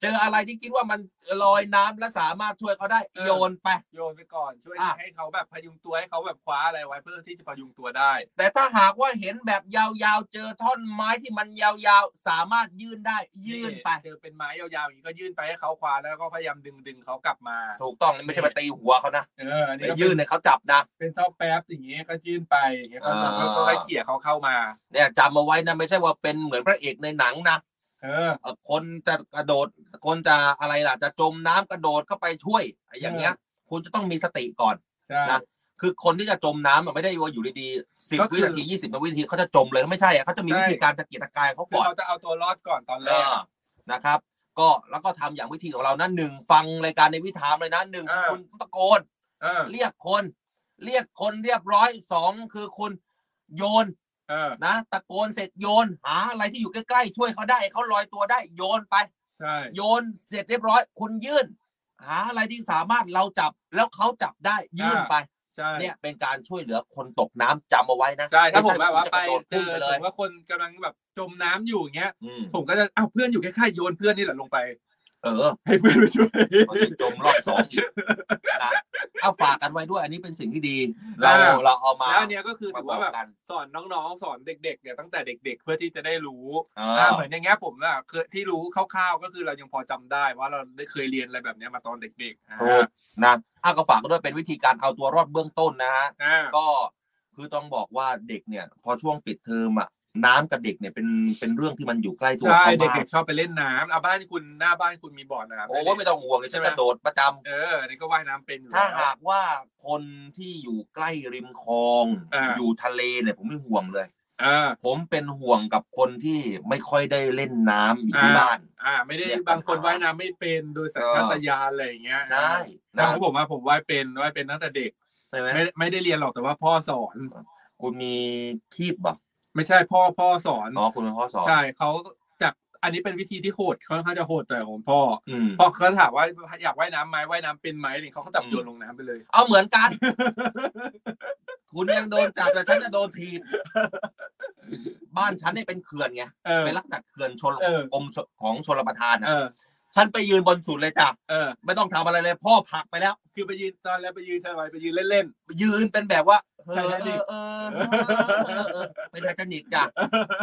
เจออะไรที่คิดว่ามันลอยน้ำและสามารถช่วยเขาได้ เออ โยนไป โยนไปก่อนช่วย อ่ะ ให้เขาแบบพยุงตัวให้เขาแบบคว้าอะไรไว้เพื่อที่จะพยุงตัวได้ แต่ถ้าหากว่าเห็นแบบยาวๆ เจอท่อนไม้ที่มันยาวๆ สามารถยื่นได้ยื่นไป เจอเป็นไม้ยาวๆอย่างนี้ก็ยื่นไปให้เขาคว้าแล้วก็พยายามดึงดึงเขากลับมา ถูกต้องไม่ใช่ไปตีหัวเขานะ เอออัน ไป นี้ก็เป็ ยื่นให้เขาจับนะ เป็นท่อแป๊บอย่างนี้ก็ยื่นไปอย่างเงี้ยเขา อ่า ก็ก็ให้เขี่ยเขาเข้ามา เนี่ยจำเอาไว้นะไม่ใช่ว่าเป็นเหมือนพระเอกในหนังนะ เออ เอ่อคนจะกระโดด คนจะอะไรล่ะ จะจมน้ำกระโดดเข้าไปช่วยอย่างเงี้ย คุณจะต้องมีสติก่อน ใช่ นะ คือคนที่จะจมน้ำอะไม่ได้ว่าอยู่ดีๆสิบ ก็คื วิ อ นาทียี่สิบวินาทีเขาจะจมเลยไม่ใช่อะเขาจะมี ใช่ วิธีการตะเกียกตะกายเขา คือ ก่อน เขาจะเอาตัวรอดก่อนตอนแร เอก อนะครับ ก็แล้วก็ทำอย่างวิธีของเรานะหนึ่งฟังรายการในวิถีธามเลยนะหนึ่ง อ่า คุณตะโกน เออ เรียกคน เรียกคนเรียบร้อยสองคือคุณโยน เออ นะตะโกนเสร็จโยนหาอะไรที่อยู่ใกล้ๆช่วยเขาได้เขาลอยตัวได้โยนไป ใช่ โยนเสร็จเรียบร้อย คุณยื่น หาอะไรที่สามารถเราจับแล้วเขาจับได้ยื่นไป ใช่ เนี่ยเป็นการช่วยเหลือคนตกน้ำจำเอาไว้นะ ใช่ถ้าผม ไใช่ แบบว่า คุณจะ ไป กระโดด เจ พุ่ง อ ไป ส เล มม ย ติว่าคนกำลังแบบจมน้ำอยู่อย่างเงี้ย อืม ผมก็จะเอ้าวเพื่อนอยู่ใกล้ๆโยนเพื่อนนี่แหละลงไป เออ ให้เพื่อนไปช่วย เขาจะจมรอบสองอีกนะเอาฝากกันไว้ด้วย อันนี้เป็นสิ่งที่ดี เรา อ่า เราเอามา แล้วอันเนี้ยก็คือ มา ถือบ อ ว่ากแบบ กัน สอนน้องๆ สอนเด็กๆเนี่ยตั้งแต่เด็ก ๆ เพื่อที่จะได้รู้ เอ อ่า อ เหมือนอย่างเงี้ยผมอะเคยที่รู้คร่าวๆก็คือเรายังพอจำได้ว่าเราได้เคยเรียนอะไรแบบเนี้ยมาตอนเด็กๆอ่า ถูกนะอ้าวก็ฝากกันด้วยเป็นวิธีการเอาตัวรอดเบื้องต้นนะฮะ อ่า ก็คือต้องบอกว่าเด็กเนี่ย พอช่วงปิดเทอมอ่ะน้ำกับเด็กเนี่ยเป็นเป็นเรื่องที่มันอยู่ใกล้ตัว ใช่ เขามาก เด็กๆชอบไปเล่นน้ำเอาบ้านคุณหน้าบ้านคุณมีบ่อน้ำ โอ้ยไม่ต้องห่วงเลยฉันกระโดดประจำ เอออันนี่ก็ว่ายน้ำเป็นอยู่ ถ้า แล้ว หากว่าคนที่อยู่ใกล้ริมคลอง อ่า อยู่ทะเลเนี่ยผมไม่ห่วงเลย อ่า ผมเป็นห่วงกับคนที่ไม่ค่อยได้เล่นน้ำอยู่ที่ อ่า บ้าน อ่า ไม่ได้ เนี่ย บางคน ปัญหา ว่ายน้ำไม่เป็นโดยสัญชาตญาณอะไรอย่างเงี้ย ใช่ แต่ นะ ของผมอะผมว่ายเป็นว่ายเป็นตั้งแต่เด็ก ใช่ไหม ไม่ไม่ได้เรียนหรอกแต่ว่าพ่อสอน คุณมีคีบเหรอ ไม่ใช่พ่อพ่อสอน อ๋อคุณเป็นพ่อสอน ใช่เขาจากอันนี้เป็นวิธีที่โหดค่อนข้างจะโหดแต่อยของพ่อ อืม พ่อเขาถามว่าอยากว่ายน้ำไหมว่ายน้ำเป็นไหมอะไรเขาก็จับ อืม โยนลงน้ำไป เลย เอาเหมือนกัน คุณยังโดนจับแต่ฉันจะโดนทีบบ้านฉันเนี่ยเป็นเขื่อนไง เออ เป็นลักษณะเขื่อนชน เออ กรมชของชลประทานนะ เออ ฉันไปยืนบนสุดเลยจ้ะ เออ ไม่ต้องทำอะไรเลย พ่อผลักไปแล้ว คือไปยืนตอนแรกไปยืนทำไมไปยืนเล่น ยืนเป็นแบบว่าเออ ไททานิ เอ ค อเออเออเออเออเป็นไททานิกจ้ะ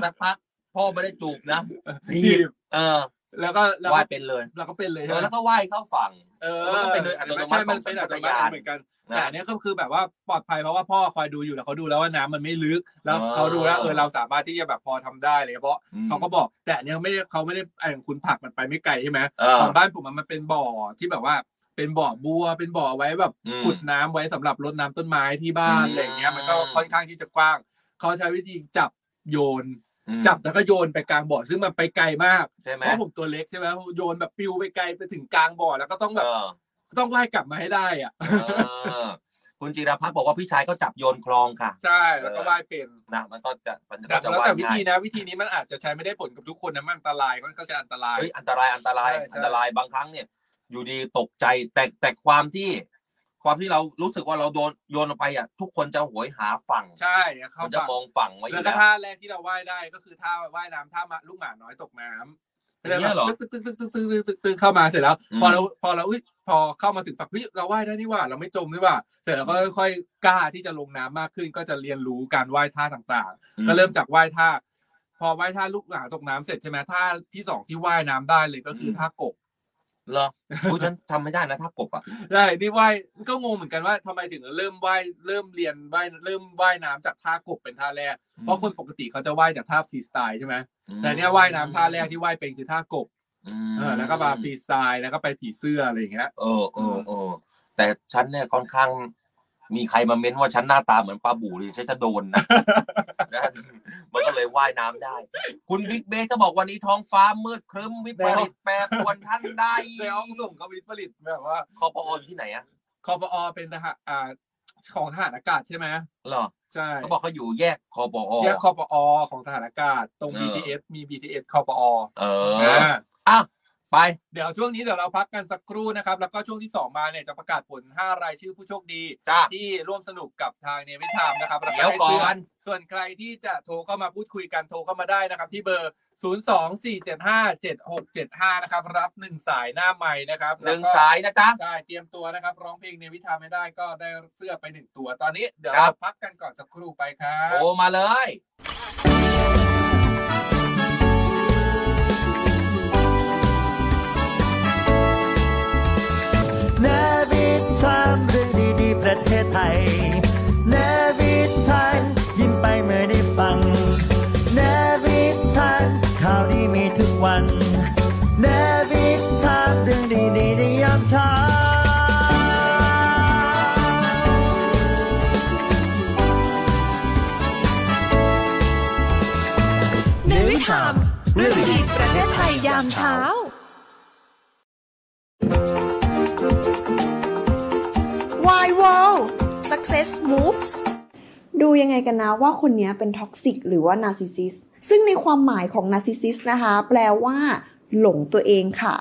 สักพักพ่อไม่ได้จูบนะ ๆ ที ที บเออ แล้วก็แล้ว ว่าย ก็ เป็นเลย เราก็เป็นเลย เอ ใช่ อ ไหม แล้วก็ว่ายเข้าฝั่ง เออ แล้วก็เป็นโดยอัตโนมัติ ใช่มันเป็น ข อั องสั ต ญ โนมั ชาต ติ ญาณ เหมือนกัน นะ แต่อันเนี้ยก็คือแบบว่าปลอดภัยเพราะว่าพ่อคอยดูอยู่แล้วเขาดูแล้วว่าน้ำมันไม่ลึก แล้ว อ๋อ เขาดูแล้วเออเราสามารถที่จะแบบพอทำได้อะไรเลยเพราะ อืม เขาก็บอก แต่อันเนี้ยไม่ได้เขาไม่ได้ไอ้ของคุณผลักมันไปไม่ไกลใช่ไหม เออ ของบ้านผมอะมันเป็นบ่อที่แบบว่า เป็นบ่อบัวเป็นบ่อไว้แบบ อืม ขุดน้ำไว้สำหรับรดน้ำต้นไม้ที่บ้าน อืม อะไรอย่างเงี้ยมันก็ค่อนข้างที่จะกว้าง เขาใช้วิธีจับโยน อืม จับแล้วก็โยนไปกลางบ่อซึ่งมันไปไกลมาก ใช่ไหม เพราะผมตัวเล็กใช่ไหมโยนแบบปิวไปไกลไปถึงกลางบ่อแล้วก็ต้องแบ เอบ อ ต้องว่ายกลับมาให้ได้อ่ะ เออคุณจิรพัฒน์บอกว่าพี่ชายก็จับโยนคลองค่ะ ใช่แล้วก็ว่ายเป็น นะมันก็จะมัน แต่ ก็จะ แล้ว ว่า แต่ ย วิ ง่า ธี ย นะวิธีนี้มันอาจจะใช้ไม่ได้ผลกับทุกคนนะมันอันตรายมันก็จะอันตราย เฮ้ยอันตรายอันตราย ใช่ใช่ อันตรายบางครั้งเนี่ย อยู่ดีตกใจแต่แต่ความที่ ความที่เรารู้สึกว่าเราโดนโยนลงไปอ่ะทุกคนจะโหวยหาฝั่ง ใช่เขา เขาจะมองฝั่งไว้อ แล้ว ยู่ ก็ แล้ว ท่าแรกที่เราว่ายได้ก็คือท่าว่ายน้ำท่ามาลูกหมาน้อยตกน้ำ อย่างเงี้ยเหรอ ตึ๊กตึ๊กตึ๊กตึ๊กตึ๊กตึ๊กตึ๊กตึ๊กเข้ามาเสร็จแล้ว อืม พอเราพอเราอุ้ยพอเข้ามาถึงฝั่งเฮ้ยเราว่ายได้นี่หว่า เราไม่จมนี่หว่า เสร็จแล้วก็ค่อยๆกล้าที่จะลงน้ำมากขึ้นก็จะเรียนรู้การว่ายท่าต่างๆ ก็เริ่มจากว่ายท่า พอว่ายท่าลูกหมาตกน้ำเสร็จใช่ไหมท่าที่สองที่ว่ายน้ำได้เลยก็คืออ ม ท่ากบ เหรอกูฉันทำไม่ได้นะถ้ากบอ่ะ ได้นี่ว่ายก็งงเหมือนกันว่าทำไมถึงเริ่มว่ายเริ่มเรียนว่ายเริ่มว่ายน้ำจากท่ากบเป็นท่าแรก เพราะคนปกติเขาจะว่ายจากท่าฟรีสไตล์ใช่ไหมแต่เนี้ยว่ายน้ำท่าแรกที่ว่ายเป็นคือท่ากบ อืม เออแล้วก็มาฟรีสไตล์แล้วก็ไปผีเสื้ออะไรอย่างเงี้ย เออเออเออแต่ฉันเนี่ยค่อนข้าง มีใครมาเม้นว่าฉันหน้าตาเหมือนปลาบู่เลยฉันจะโดนนะ นะมันก็เลยว่ายน้ำได้ คุณบิ๊กเบสก็บอกวันนี้ท้องฟ้ามืดครึ้มวิป ริตแปรปรวนท่านได้ เซลล์ส่งเขาวิปริตแบบว่า คอปออยู่ที่ไหนอะ คอปอเป็นทหารอ่าของทหารอากาศใช่ไหม เหรอ ใช่ เขาบอกเขาอยู่แยกคอปอ แยกคอปอของทหารอากาศ ตรง เออ BTS มี BTS คอปอ เอ อ่ อา อ่ะไป เดี๋ยวช่วงนี้เดี๋ยวเราพักกันสักครู่นะครับ แล้วก็ช่วงที่ 2 มาเนี่ยจะประกาศผล 5 รายชื่อผู้โชคดี จ้า ที่ร่วมสนุกกับทางเนวิทามนะครับราคา เดี๋ยวก่อน ส่วนใครที่จะโทรเข้ามาพูดคุยกันโทรเข้ามาได้นะครับ ที่เบอร์ 024757675 นะครับ รับหนึ่งสายหน้าใหม่นะครับ หนึ่ง แล้วก็ สายนะจ๊ะ ได้เตรียมตัวนะครับ ร้องเพลงเนวิทามให้ได้ก็ได้เสื้อไปหนึ่งตัวตอนนี้เดี๋ยว ครั เรา บ พักกันก่อนสักครู่ไปครับ โทรมาเลย นวิทามเรื่องดีๆประเทศไทยนวิทามยิ้มไปเมื่อได้ฟังนวิทามข่าวดีมีทุกวันนวิทามเรื่องดีๆในยามเช้า เนวิทามเรื่องดีๆประเทศไทยยามเช้า วายวอล success moves ดูยังไงกันนะว่าคนเนี้ยเป็นท็อกซิกหรือว่านาร์ซิสซิสซึ่งในความหมายของนาร์ซิสซิสนะคะ แปลว่า หลงตัวเองค่ะ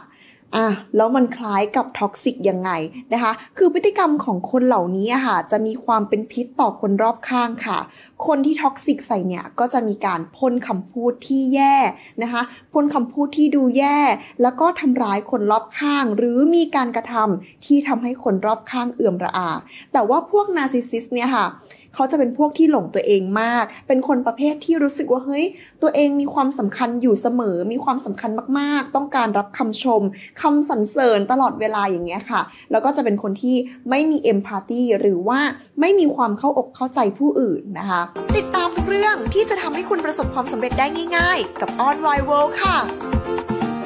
อ่ะ แล้วมันคล้ายกับท็อกซิกยังไงนะคะ คือพฤติกรรมของคนเหล่านี้อะค่ะ จะมีความเป็นพิษต่อคนรอบข้างค่ะ คนที่ท็อกซิกใส่เนี่ย ก็จะมีการพ่นคำพูดที่แย่นะคะพ่นคำพูดที่ดูแย่ แล้วก็ทำร้ายคนรอบข้าง หรือมีการกระทำที่ทำให้คนรอบข้างเอื่อมระอา แต่ว่าพวกนาร์ซิสซิสเนี่ยค่ะ เขาจะเป็นพวกที่หลงตัวเองมาก เป็นคนประเภทที่รู้สึกว่าเฮ้ย ตัวเองมีความสำคัญอยู่เสมอ มีความสำคัญมากๆ ต้องการรับคำชมคำสรรเสริญตลอดเวลาอย่างเงี้ยค่ะ แล้วก็จะเป็นคนที่ไม่มีเอมพัตตีหรือว่าไม่มีความเข้าอกเข้าใจผู้อื่นนะคะ ติดตามทุกเรื่องที่จะทำให้คุณประสบความสำเร็จได้ง่าย ๆ กับออนไลน์เวิลด์ค่ะ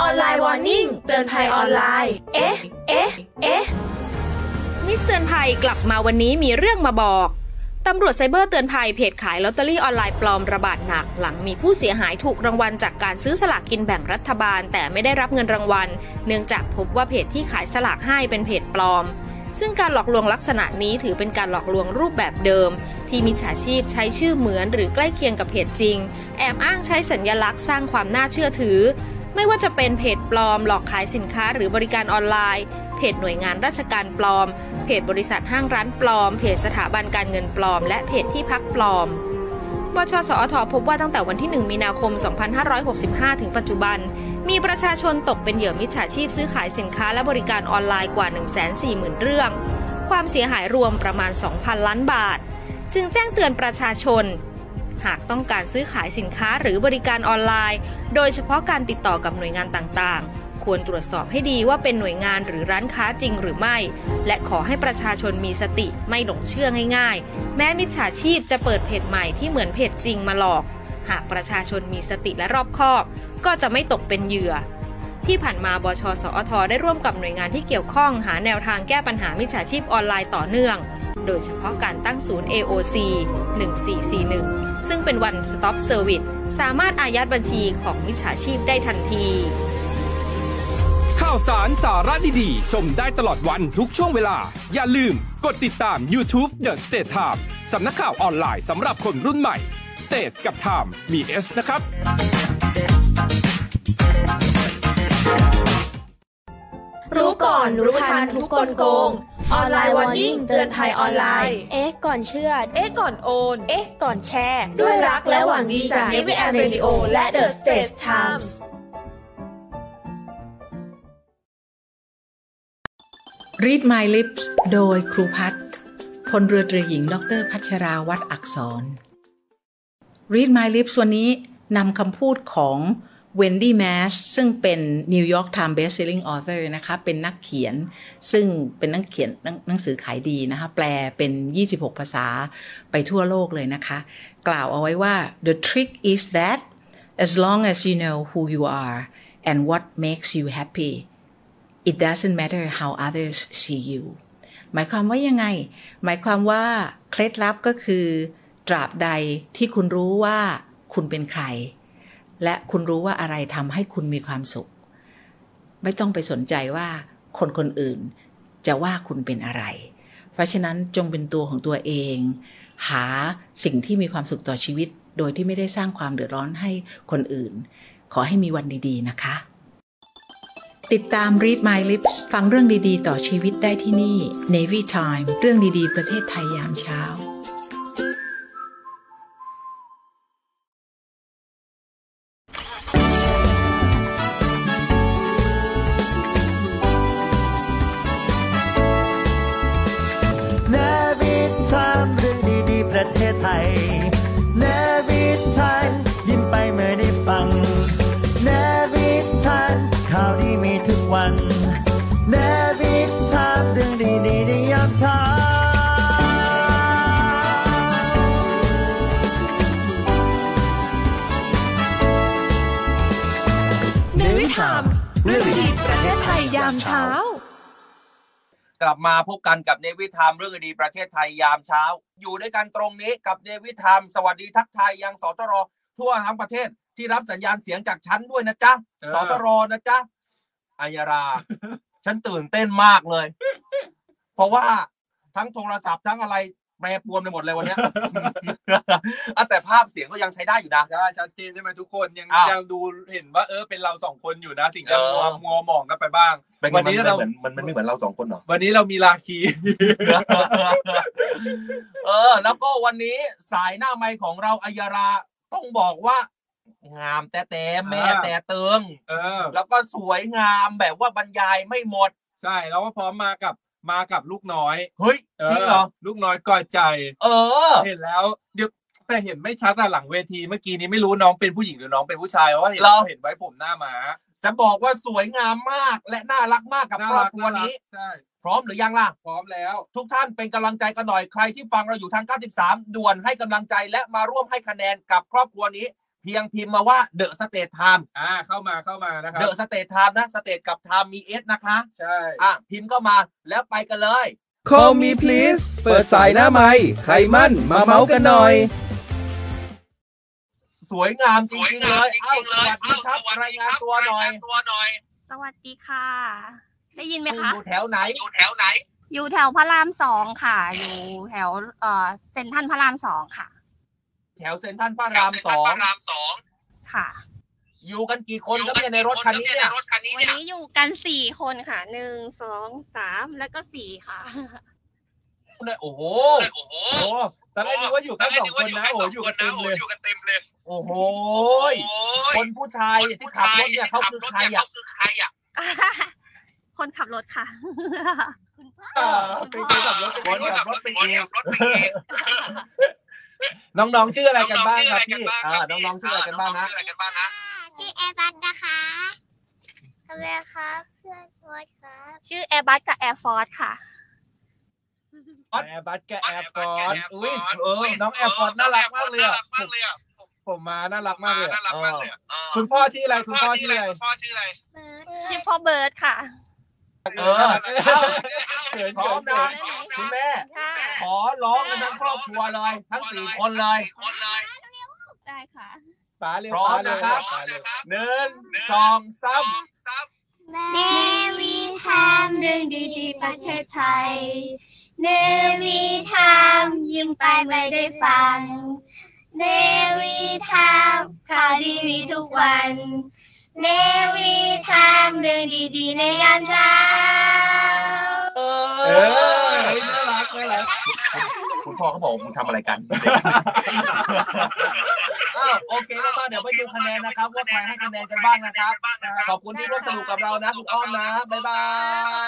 ออนไลน์วอร์นิ่งเตือนภัยออนไลน์ เอ๊ะ เอ๊ะ เอ๊ะ มิสเตือนภัยกลับมาวันนี้มีเรื่องมาบอก ตำรวจไซเบอร์เตือนภัยเพจขายลอตเตอรี่ออนไลน์ปลอมระบาดหนัก หลังมีผู้เสียหายถูกรางวัลจากการซื้อสลากกินแบ่งรัฐบาล แต่ไม่ได้รับเงินรางวัล เนื่องจากพบว่าเพจที่ขายสลากให้เป็นเพจปลอม ซึ่งการหลอกลวงลักษณะนี้ถือเป็นการหลอกลวงรูปแบบเดิม ที่มิจฉาชีพใช้ชื่อเหมือนหรือใกล้เคียงกับเพจจริง แอบอ้างใช้สัญญลักษณ์สร้างความน่าเชื่อถือ ไม่ว่าจะเป็นเพจปลอม หลอกขายสินค้าหรือบริการออนไลน์ เพจหน่วยงานราชการปลอม เพจบริษัทห้างร้านปลอม เพจสถาบันการเงินปลอม และเพจที่พักปลอม บชสอทพบว่าตั้งแต่วันที่ 1 มีนาคม 2565 ถึงปัจจุบัน มีประชาชนตกเป็นเหยื่อมิจฉาชีพซื้อขายสินค้าและบริการออนไลน์กว่า 140,000 เรื่อง ความเสียหายรวมประมาณ 2,000 ล้านบาท จึงแจ้งเตือนประชาชน หากต้องการซื้อขายสินค้าหรือบริการออนไลน์ โดยเฉพาะการติดต่อกับหน่วยงานต่างๆ ควรตรวจสอบให้ดีว่าเป็นหน่วยงานหรือร้านค้าจริงหรือไม่ และขอให้ประชาชนมีสติไม่หลงเชื่อง่ายๆ แม้มิจฉาชีพจะเปิดเพจใหม่ที่เหมือนเพจจริงมาหลอก หากประชาชนมีสติและรอบคอบ ก็จะไม่ตกเป็นเหยื่อ ที่ผ่านมาบชสอทได้ร่วมกับหน่วยงานที่เกี่ยวข้องหาแนวทางแก้ปัญหามิจฉาชีพออนไลน์ต่อเนื่อง โดยเฉพาะการตั้งศูนย์ AOC 1441 ซึ่งเป็นวัน Stop Service สามารถอายัดบัญชีของมิจฉาชีพได้ทันที ข่าวสารสาระดีๆ ชมได้ตลอดวันทุกช่วงเวลา อย่าลืมกดติดตาม YouTube The State Time สำนักข่าวออนไลน์สำหรับคนรุ่นใหม่ State กับ Time มี S นะครับ รู้ก่อนรู้ทันทุกกลโกง ออนไลน์วอร์นิ่งเตือนภัยออนไลน์ เอ๊ะ ก่อนเชื่อ เอ๊ะก่อนโอน เอ๊ะก่อนแชร์ ด้วยรักและหวังดีจากเนวิแอมเรดิโอและ The States Times Read My Lips โดยครูพัฒน์พลเรือตรีหญิง ดรพัชราวัตรอักษร Read My Lips วันนี้นำคำพูดของ Wendy Mash ซึ่งเป็น New York Times bestselling author นะคะเป็นนักเขียน ซึ่งเป็นนักเขียนหนังหนังสือขายดีนะคะ แปลเป็น 26 ภาษาไปทั่วโลกเลยนะคะ กล่าวเอาไว้ว่า the trick is that as long as you know who you are and what makes you happy it doesn't matter how others see you หมายความว่ายังไง หมายความว่าเคล็ดลับก็คือ ตราบใดที่คุณรู้ว่าคุณเป็นใคร และคุณรู้ว่าอะไรทำให้คุณมีความสุข ไม่ต้องไปสนใจว่าคนคนอื่นจะว่าคุณเป็นอะไร เพราะฉะนั้นจงเป็นตัวของตัวเอง หาสิ่งที่มีความสุขต่อชีวิต โดยที่ไม่ได้สร้างความเดือดร้อนให้คนอื่น ขอให้มีวันดีๆนะคะ ติดตาม Read My Lips ฟังเรื่องดีๆ ต่อชีวิตได้ที่นี่ Navy Time เรื่องดีๆ ประเทศไทยยามเช้า นวิทามเรื่องดีๆประเทศไทยนวิทานยิ้มไปเมื่อได้ฟังนวิทานข่าวดีมีทุกวันนวิทามเรื่องดีๆในยามเช้า เนวิทามเรื่องดีประเทศไทยยามเช้า กลับมาพบกันกับเนวิทามเรื่องดีๆประเทศไทยยามเช้า อยู่ด้วยกันตรงนี้กับเนวิทามสวัสดีทักทายยังสตรทั่วทั้งประเทศที่รับสัญญาณเสียงจากฉันด้วยนะจ๊ะ เออ สตรนะจ๊ะอัย รา ฉันตื่นเต้นมากเลย เพราะว่าทั้งโทรศัพท์ทั้งอะไรแปรปรวนไปหมดเลยวันเนี้ย อ่ะแต่ภาพเสียงก็ยังใช้ได้อยู่นะ ได้ชัดเจนใช่ไหมทุกคนยัง อ้าว ยังดูเห็นว่าเออเป็นเราสองคนอยู่นะถึงจะ เออ มัวมัวหมองกันไปบ้าง วั วัน น นี้ นี้ เรา เรา มันมันไม่เหมือนเราสองคนเหรอ วันนี้เรามีราคี เออ แล้วก็วันนี้สายหน้าไมค์ของเราอัยยาราต้องบอกว่า งามแต่แต่แม่ อ่า แต่เติง เออ แล้วก็สวยงามแบบว่าบรรยายไม่หมด ใช่แล้วก็พร้อมมากับมากับลูกน้อย เฮ้ย จริงเหรอ ลูกน้อยกอดใจ เออ เห็นแล้วเดี๋ยวแต่เห็นไม่ชัดอะหลังเวทีเมื่อกี้นี้ไม่รู้น้องเป็นผู้หญิงหรือน้องเป็นผู้ชายเพราะว่าเห็น เหรอ เห็นไว้ผมหน้าหมา จะบอกว่าสวยงามมากและน่ารักมากกับ น่า ครอบ ก ครัวนี้ ารักใช่ พร้อมหรือยังล่ะ พร้อมแล้ว ทุกท่านเป็นกำลังใจกันหน่อยใครที่ฟังเราอยู่ทาง 93 ด่วนให้กำลังใจและมาร่วมให้คะแนนกับครอบครัวนี้ เพียงพิมพ์มาว่าเดอะสเตทไทม์ อ่าเข้ามาเข้ามานะครั เด บ อะสเตทไทม์นะสเตทกับไทม์มีเอสนะคะ ใช่ อ่ะ พิมพ์เข้ามาแล้วไปกันเลย Call me please เปิดสายหน้าไม้ใครมั่นมาเมาส์กันหน่อย สวยงามจริงๆเลย เอ้าสวัสดีครับรายงานตัวหน่อย สวัสดีค่ะ ได้ยินไหม คุณ คะ อยู่แถวไหน อยู่แถวพระรามสองค่ะ อยู่แถวเอ่อเซ็นทรัลพระรามสองค่ะ แถวเซ็นทรัลพระรามสอง ค่ะ อยู่กันกี่คนครับเนี่ยในรถคันนี้เนี่ย วันนี้อยู่กันสี่คนค่ะ หนึ่ง สอง สาม แล้วก็สี่ค่ะ โอ้โห โอ้ตอนแรกนึกว่าอยู่แค่สองคนนะโอ้อยู่กันเต็มเลย โอ้โห คนผู้ชายที่ขับรถเนี่ยเขาคือใครอ่ะ คนขับรถค่ะ คุณพ่อ อ่า คุ เป็ ณ นค พ่ น อ ขับรถเป็น ค คน นขับ ขับรถไปเอง น้องๆชื่ออะไรกันบ้างครับพี่ อ่าน้องๆชื่ออะไรกันบ้างฮะ ชื่อแอร์บัสนะคะทำไมครับเพื่อนฟอสครับชื่อแอร์บัสกับแอร์ฟอร์สค่ะ แอร์บัสกับแอร์ฟอร์ดอุ้ย เออ น้องแอร์ฟอร์ดน่ารักมากเลยอะผมผมมาน่ารักมากเลยอะ เออ คุณพ่อชื่ออะไรคุณพ่อชื่ออะไร ชื่อพ่อเบิร์ดค่ะ เออ เขินๆ พร้อมนะ คุณแม่ ค่ะ ขอร้องกันทั้งครอบครัวเลย ทั้งสี่คนเลย ได้ค่ะ ป๋าเร็ว พร้อมนะครับ ป๋าเว หนึ่งสองสาม เนวีทามเรื่องดีๆ ประเทศไทย เนวีทามยิ้มไปไม่ได้ฟัง เนวีทามข่าวดีมีทุกวัน เนวีทำเรื่องดีๆในยามเช้า เออ เฮ้ยน่ารักน่ารัก คุณพ่อเขาบอกมึงทำอะไรกันอ้าวโอเคแล้วก็เดี๋ยวไปดูคะแนนนะครับว่าใครให้คะแนนกันบ้างนะครับ ขอบคุณที่ร่วมสนุกกับเรานะคุณอ้อมนะ บ๊ายบา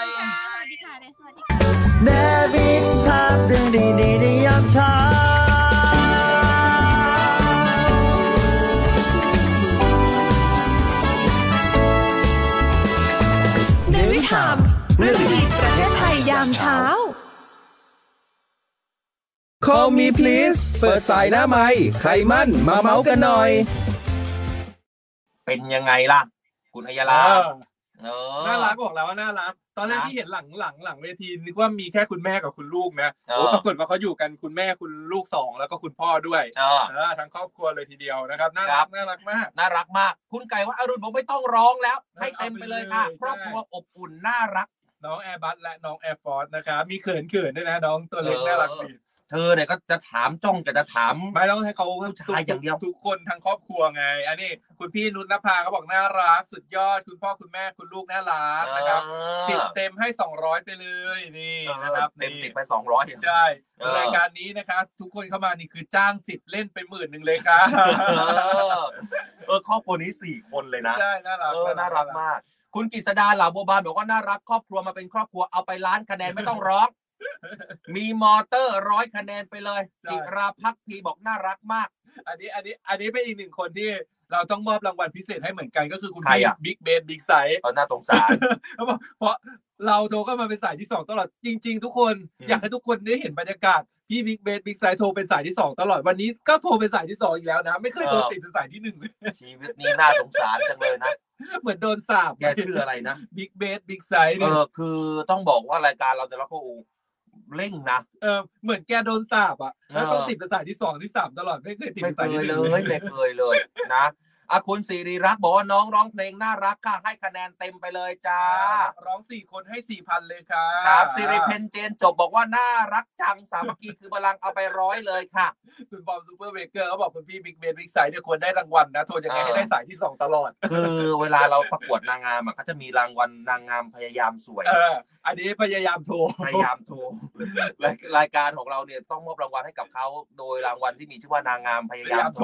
ย สวัสดีค่ะเนสวัสดีค่ะ เนวิทามเรื่องดีๆในยามเช้า เนวิทามเรื่องดีๆประเทศไทยยามเช้า Call me please เปิดสายหน้าไม้ใครมั่นมาเมาส์กันหน่อย เป็นยังไงล่ะ คุณอัยยาลา เออ เออ น่ารักบอกแล้วว่าน่ารัก ตอนแรก นะ ที่เห็นหลังหลังหลังเวทีนึกว่ามีแค่คุณแม่กับคุณลูกนะ เออ โอ้ปรากฏว่าเขาอยู่กันคุณแม่คุณลูกสองแล้วก็คุณพ่อด้วย เออ เออทั้งครอบครัวเลยทีเดียวนะครับน่า ครั รับ กน่ารักมาก น่ารักมาก คุณไก่ว่าอรุณบอกไม่ต้องร้องแล้ว ให้เต็มไปเลยค่ะ เอาไปเลย ครอบครัวอบอุ่นน่ารัก น้องแอร์บัสและน้องแอร์ฟอร์สนะครับมีเขินเขินๆด้วยนะน้องตัวเล็ก เออ น่ารักดี เธอเนี่ยก็จะถามจ้องจะจะถาม ไม่ต้องให้เขา ผู้ชายอย่างเดียว ทุกคนทั้งครอบครัวไง อันนี้คุณพี่นุชนภาเขาบอกน่ารัก สุดยอดคุณพ่อคุณแม่คุณลูกน่ารักนะครับ เออ สิบเต็มให้สองร้อยไปเลยนี่นะครับ เต็มสิบไปสองร้อย ใช่ เออ รายการนี้นะครับทุกคนเข้ามานี่คือจ้างสิทธิ์เล่นไปหมื่นหนึ่งเลยค่ะ เออเออครอบครัวนี้สี่คนเลยนะ ใช่น่ารัก เออ น่ารักมาก คุณกฤษดาเหล่าบัวบานบอกว่าน่ารักครอบครัวมาเป็นครอบครัวเอาไปล้านคะแนนไม่ต้องร้อง มีมอเตอร์ร้อยคะแนนไปเลยจิราพักษ์พีบอกน่ารักมาก อันนี้อันนี้อันนี้เป็นอีกหนึ่งคนที่เราต้องมอบรางวัลพิเศษให้เหมือนกันก็คือคุณ ใครอะ บิ๊กเบสบิ๊กไซส์ เออน่าสงสาร เขาบอกเพราะเราโทรเข้ามาเป็นสายที่สองตลอดจริง ๆ ทุกคน อืม อยากให้ทุกคนได้เห็นบรรยากาศพี่บิ๊กเบสบิ๊กไซส์โทรเป็นสายที่สองตลอดวันนี้ก็โทรเป็นสายที่สองอีกแล้วนะ ไม่เคยโทรติดเป็นสายที่หนึ่ง เลย ชีวิตนี้น่าสงสารจังเลยนะ เหมือนโดนสาบ แกชื่ออะไรนะ บิ๊กเบสบิ๊กไซส์ เอ เนี่ย อ คือต้องบอกว่ารายการเราแต่ละคู่เร่งนะ เออเหมือนแกโดนสาบอ่ะแล้ว เออ ต้องติดเป็นสายที่สองที่สามตลอดไม่เคยติด ไม่ เป็น เค สาย ย ที่ห เล นึ่ง ยไม่เคยเลยนะอะคุณสิริรักษ์บอกว่าน้องร้องเพลงน่ารักค่ะให้คะแนนเต็มไปเลยจ้า ร้องสี่คนให้สี่พันเลยครับ ครับสิริเพนเจนจบบอกว่าน่ารักจังสามัคคีคือพลังเอาไปร้อยเลยค่ะ คุณบอมซูเปอร์เบเกอร์เขาบอกคุณพี่บิ๊กเบนบิ๊กไซด์เนี่ยควรได้รางวัลนะโทรยังไงให้ได้สายที่สองตลอด คือเวลาเราประกวดนางงามอ่ะเขาจะมีรางวัลนางงามพยายามสวย เอออันนี้พยายามโทร พยายามโทรและรายการของเราเนี่ยต้องมอบรางวัลให้กับเขาโดยรางวัลที่มีชื่อว่านางงามพยาพายายยาม ม โท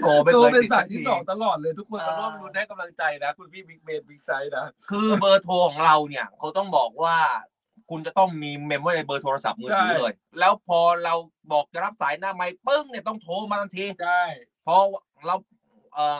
โท รโทรรไม่ โทร เคย เป็น ติด สา สั ย ก ที่ ที สองตลอดเลยทุกคนมา อ่า ร่วมรุ้นให้กำลังใจนะ คุณพี่บิ๊กเบนบิ๊กไซด์นะ คือเบอร์โทรของเราเนี่ยเขาต้องบอกว่า คุณจะต้องมีเมมไว้ในเบอร์โทรศัพท์มือถือเลย แล้วพอเราบอกจะรับสายหน้าไม้ปึ้งเนี่ยต้องโทรมาทันที ใช่ เพราะเราเอ่อ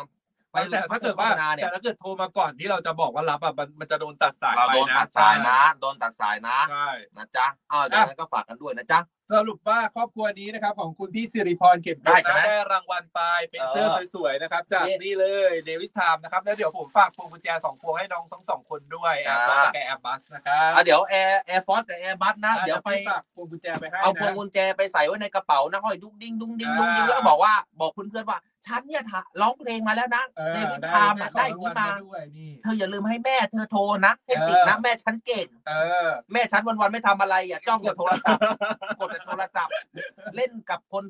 ไป แต่ถ้าเกิดว่า โฆษณเนี่ย แต่ถ้าเกิดโทรมาก่อนที่เราจะบอกว่ารับอ่ะมันมันจะโดนตัดสาย เรา ไป โดน นะ ตัดสายนะโดนตัดสายนะ ใช่ นะจ๊ะอ้าวเดี๋ยวนั้นก็ฝากกันด้วยนะจ๊ะ สรุปว่าครอบครัวนี้นะครับ ของคุณพี่สิริพรเก็บ ได้ใช่ไหม ได้รางวัลไปเป็นเสื้อ เออ สวยๆนะครับ จาก เย้ นี่เลยเดวิสไทม์นะครับ แล้วเดี๋ยวผมฝากพวงกุญแจสองพวงให้น้องทั้งสองคนด้วยแอ อ่า ร์บัสและแอร์บัสนะครับ อ่ะเดี๋ยวแอร์แอร์ฟอสกับแอร์บัสนะ อ่ะ เดี๋ยวไป ฝากพวงกุญแจไปให้นะ เอาพวงกุญแจไปใส่ไว้ในกระเป๋านะห้อยดุ้งดิ้งดุ้งดิ้งดุ้งดิ้ง อ่า แล้วก็บอกว่าบอกเพื่อนๆว่า ฉันเนี่ยทะร้องเพลงมาแล้วนะ เออ ในวิ ได้ ทามอะได้อย่างนี้ ได้ มา ของรางวัลด้วยนี่ เธออย่าลืมให้แม่เธอโทรนะให้ติดนะ เออ แม่ฉันเก่ง เออ แม่ฉันวันๆไม่ทำอะไรอ่ะจ้องแต่โทรศัพท์กดแต่โทรศัพท์เล่นกับคน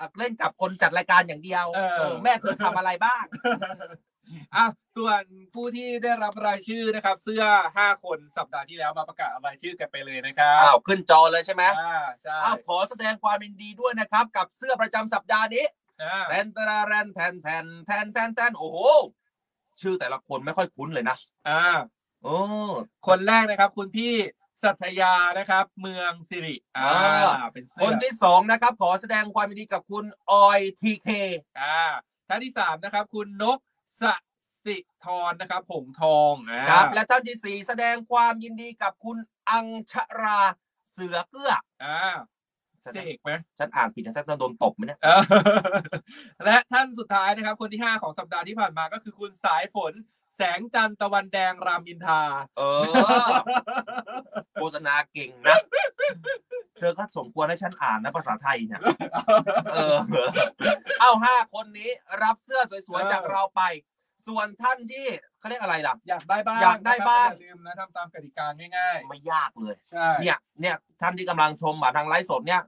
อ่ะเล่นกับคนจัดรายการอย่างเดียวเออแม่เธอทำอะไรบ้าง อ่ะส่วนผู้ที่ได้รับรายชื่อนะครับ เสื้อห้าคนสัปดาห์ที่แล้วมาประกาศรายชื่อกันไปเลยนะครับ อ้าวขึ้นจอเลยใช่ไหม อ่าใช่ อ้าวขอแสดงความยินดีด้วยนะครับ กับเสื้อประจำสัปดาห์นี้ อ่า แทนตระแรนแทนแทนแทนแทนแทนโอ้โหชื่อแต่ละคนไม่ค่อยคุ้นเลยนะ อ่า โอ้ คนแรกนะครับ คุณพี่สัทยานะครับ เมืองสิริอ่า อ่า เป็น ค เสื้อน ที่สองนะครับ ขอแสดงความยินดีกับคุณออยทีเค อ่าท่านที่สามนะครับ คุณนกสสิธรนะครับผงทองอ่า ครับ และท่านที่สี่แสดงความยินดีกับคุณอังชราเสือเกื้อ อ่า แส เส ดง กไหม ฉันอ่านผิดฉันจะโดนตบไหมเนี่ย เออ และท่านสุดท้ายนะครับ คนที่ห้าของสัปดาห์ที่ผ่านมาก็คือคุณสายฝน แสงจันทร์ตะวันแดงรามอินทรา เออ โฆษณาเก่งนะ เธอก็สมควรให้ฉันอ่านนะภาษาไทยเนี่ย เออ เอาห้าคนนี้รับเสื้อสวยๆจากเราไป ส่วนท่านที่เขาเรียกอะไรล่ะ อยากได้บ้าง อยากได้บ้าง นะครับอย่าลืมนะทำตามกติกาง่าย ไม่ยากเลย ๆใช่ เนี่ย เนี่ย ท่านที่กำลังชมมาทางไลฟ์สดเนี่ย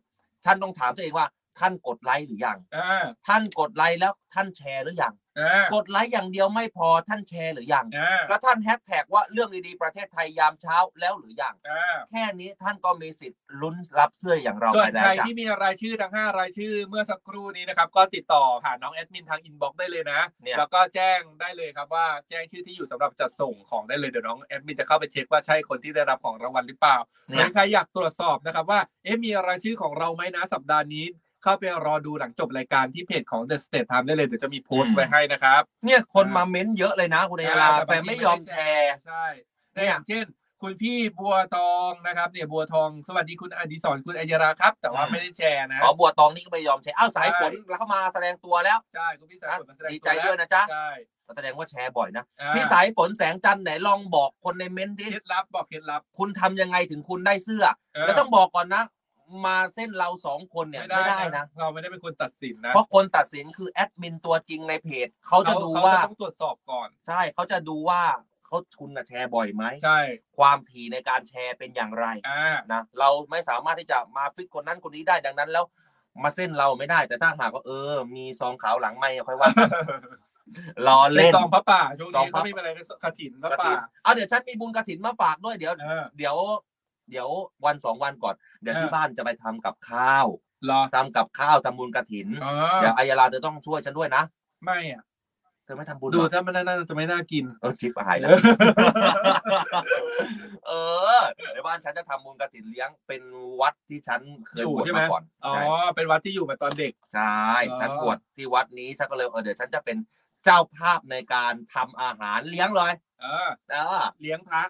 ท่านต้องถามตัวเองว่า ท่านกดไลค์หรือยัง อ่า ท่านกดไลค์แล้วท่านแชร์หรือยัง อ่าก ดไลค์อย่างเดียวไม่พอท่านแชร์หรือยัง อ่า และท่านแฮชแท็กว่าเรื่องดีๆประเทศไทยยามเช้าแล้วหรือยัง อ่า แค่นี้ท่านก็มีสิทธิ์ลุ้นรับเสื้ออย่างเรา ส่ว ไป น ได้ ใคร จ้ะ ที่มีรายชื่อทั้ง 5 รายชื่อเมื่อสักครู่นี้นะครับ ก็ติดต่อผ่านน้องแอดมินทางอินบ็อกซ์ได้เลยนะ เนี่ย แล้วก็แจ้งได้เลยครับว่าแจ้งชื่อที่อยู่สำหรับจัดส่งของได้เลยเดี๋ยวน้องแอดมินจะเข้าไปเช็คว่าใช่คนที่ได้รับของรางวัลหรือเปล่าห เนี่ รื ย อใครอยากตรวจสอบนะครับว่าเอ๊ะมีรายชื่อของเราไหมนะสัปดาห์นี้ เข้าไปรอดูหลังจบรายการที่เพจของ The State Time ได้เลยเดี๋ยวจะมีโพสต์ไว้ให้นะครับ เนี่ยคนมาเม้นเยอะเลยนะคุณอัยราแต่ไม่ยอมแชร์ ใช่ในอย่างเช่น คุณพี่บัวทองนะครับเนี่ยบัวทองสวัสดีคุณอดิศรคุณอัยราครับ แต่ว่า อืม ไม่ได้แชร์นะ อ๋อบัวตองนี่ก็ไม่ยอมแชร์อ้าวสายฝน ใช่ แล้วเข้ามาแสดงตัวแล้ว ใช่คุณพี่สายฝนมาแสดง ดี ตัว ใจด้วย แล้ นะจ๊ะ ใช่ แสดงว่าแชร์บ่อยนะ อ่า พี่สายฝนแสงจันทร์ไหนลองบอกคนในเม้น เค ที่ ล็ดลับบอกเคล็ดลับ คุณทำยังไงถึงคุณได้เสื้อ เ แล้วต้องบอกก่อนนะ มาเส้นเราสองคนเนี่ยไม่ได้นะ เราไม่ได้เป็นคนตัดสินนะ เพราะคนตัดสินคือแอดมินตัวจริงในเพจเขาจะดูว่า เขต้องตรวจสอบก่อน ใช่เขาจะดูว่าเขาคุณน่ะแชร์บ่อยไหม ใช่ ความถี่ในการแชร์เป็นอย่างไร อ่า นะเราไม่สามารถที่จะมาฟิกคนนั้นคนนี้ได้ดังนั้นแล้ว มาเส้นเราไม่ได้แต่ถ้าหากว่าเออ มีซองขาวหลังไม่ค่อยว่ากันรอเล่น ซองพระป่าช่วง ซอง นี้ พระ เขาไม่เป็นอะไรก็กระถินพระ กระ ป่า ถิ่นเอาเดี๋ยวฉันมีบุญกระถินมาฝากด้วยเดี๋ยว เออ เดี๋ยว เดี๋ยววันสองวันก่อน เดี๋ยวที่บ้านจะไปทำกับข้าว เหรอ ทำกับข้าวทำบุญกระถิน อ๋อ เดี๋ยวอายาลาเธอต้องช่วยฉันด้วยนะ ไม่อ่ะ เธอไม่ทำบุญเหร ดู อ ถ้ามันน่าจะไม่น่ากิน เออจิ๊บหาย แล้ว เออเดี๋ยวบ้านฉันจะทำบุญกระถินเลี้ยงเป็นวัดที่ฉันเคย อยู่ บวช ใช่ไหม มาก่อน อ๋อ ใช่ เป็นวัดที่อยู่มาตอนเด็ก ใช่ อ๋อ ฉันบวชที่วัดนี้ฉันก็เลยเออเดี๋ยวฉันจะเป็นเจ้าภาพในการทำอาหารเลี้ยงเลย เออ เออ เลี้ยงพระ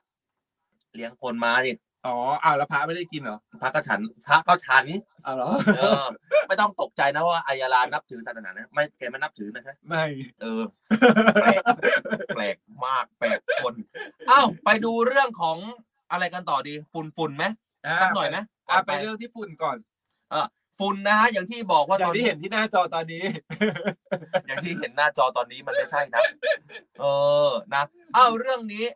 เลี้ยงคนมาดิ อ๋ออ้าวแล้วพระไม่ได้กินเหรอ พระก็ฉันพระก็ฉัน อ้า วเหรอ เออ ไม่ต้องตกใจนะว่าอายาลานับถือศาสนานะไม่แกไม่นับถือนะฮะ ไม่ เออ แปลกแปลกมากแปลกคนอ้าวไปดูเรื่องของอะไรกันต่อดีฝุ่นฝุ่นๆไหม สักหน่อยไหม อ่ะไป ก่น เรื่องที่ฝุ่นก่อน เออฝุ่นนะฮะอย่างที่บอกว่า อย่า ตอง น ที่ นี้ เห็นที่หน้าจอตอนนี้ อย่างที่เห็นหน้าจอตอนนี้มันไม่ใช่นะ เออนะอ้าวเรื่องนี้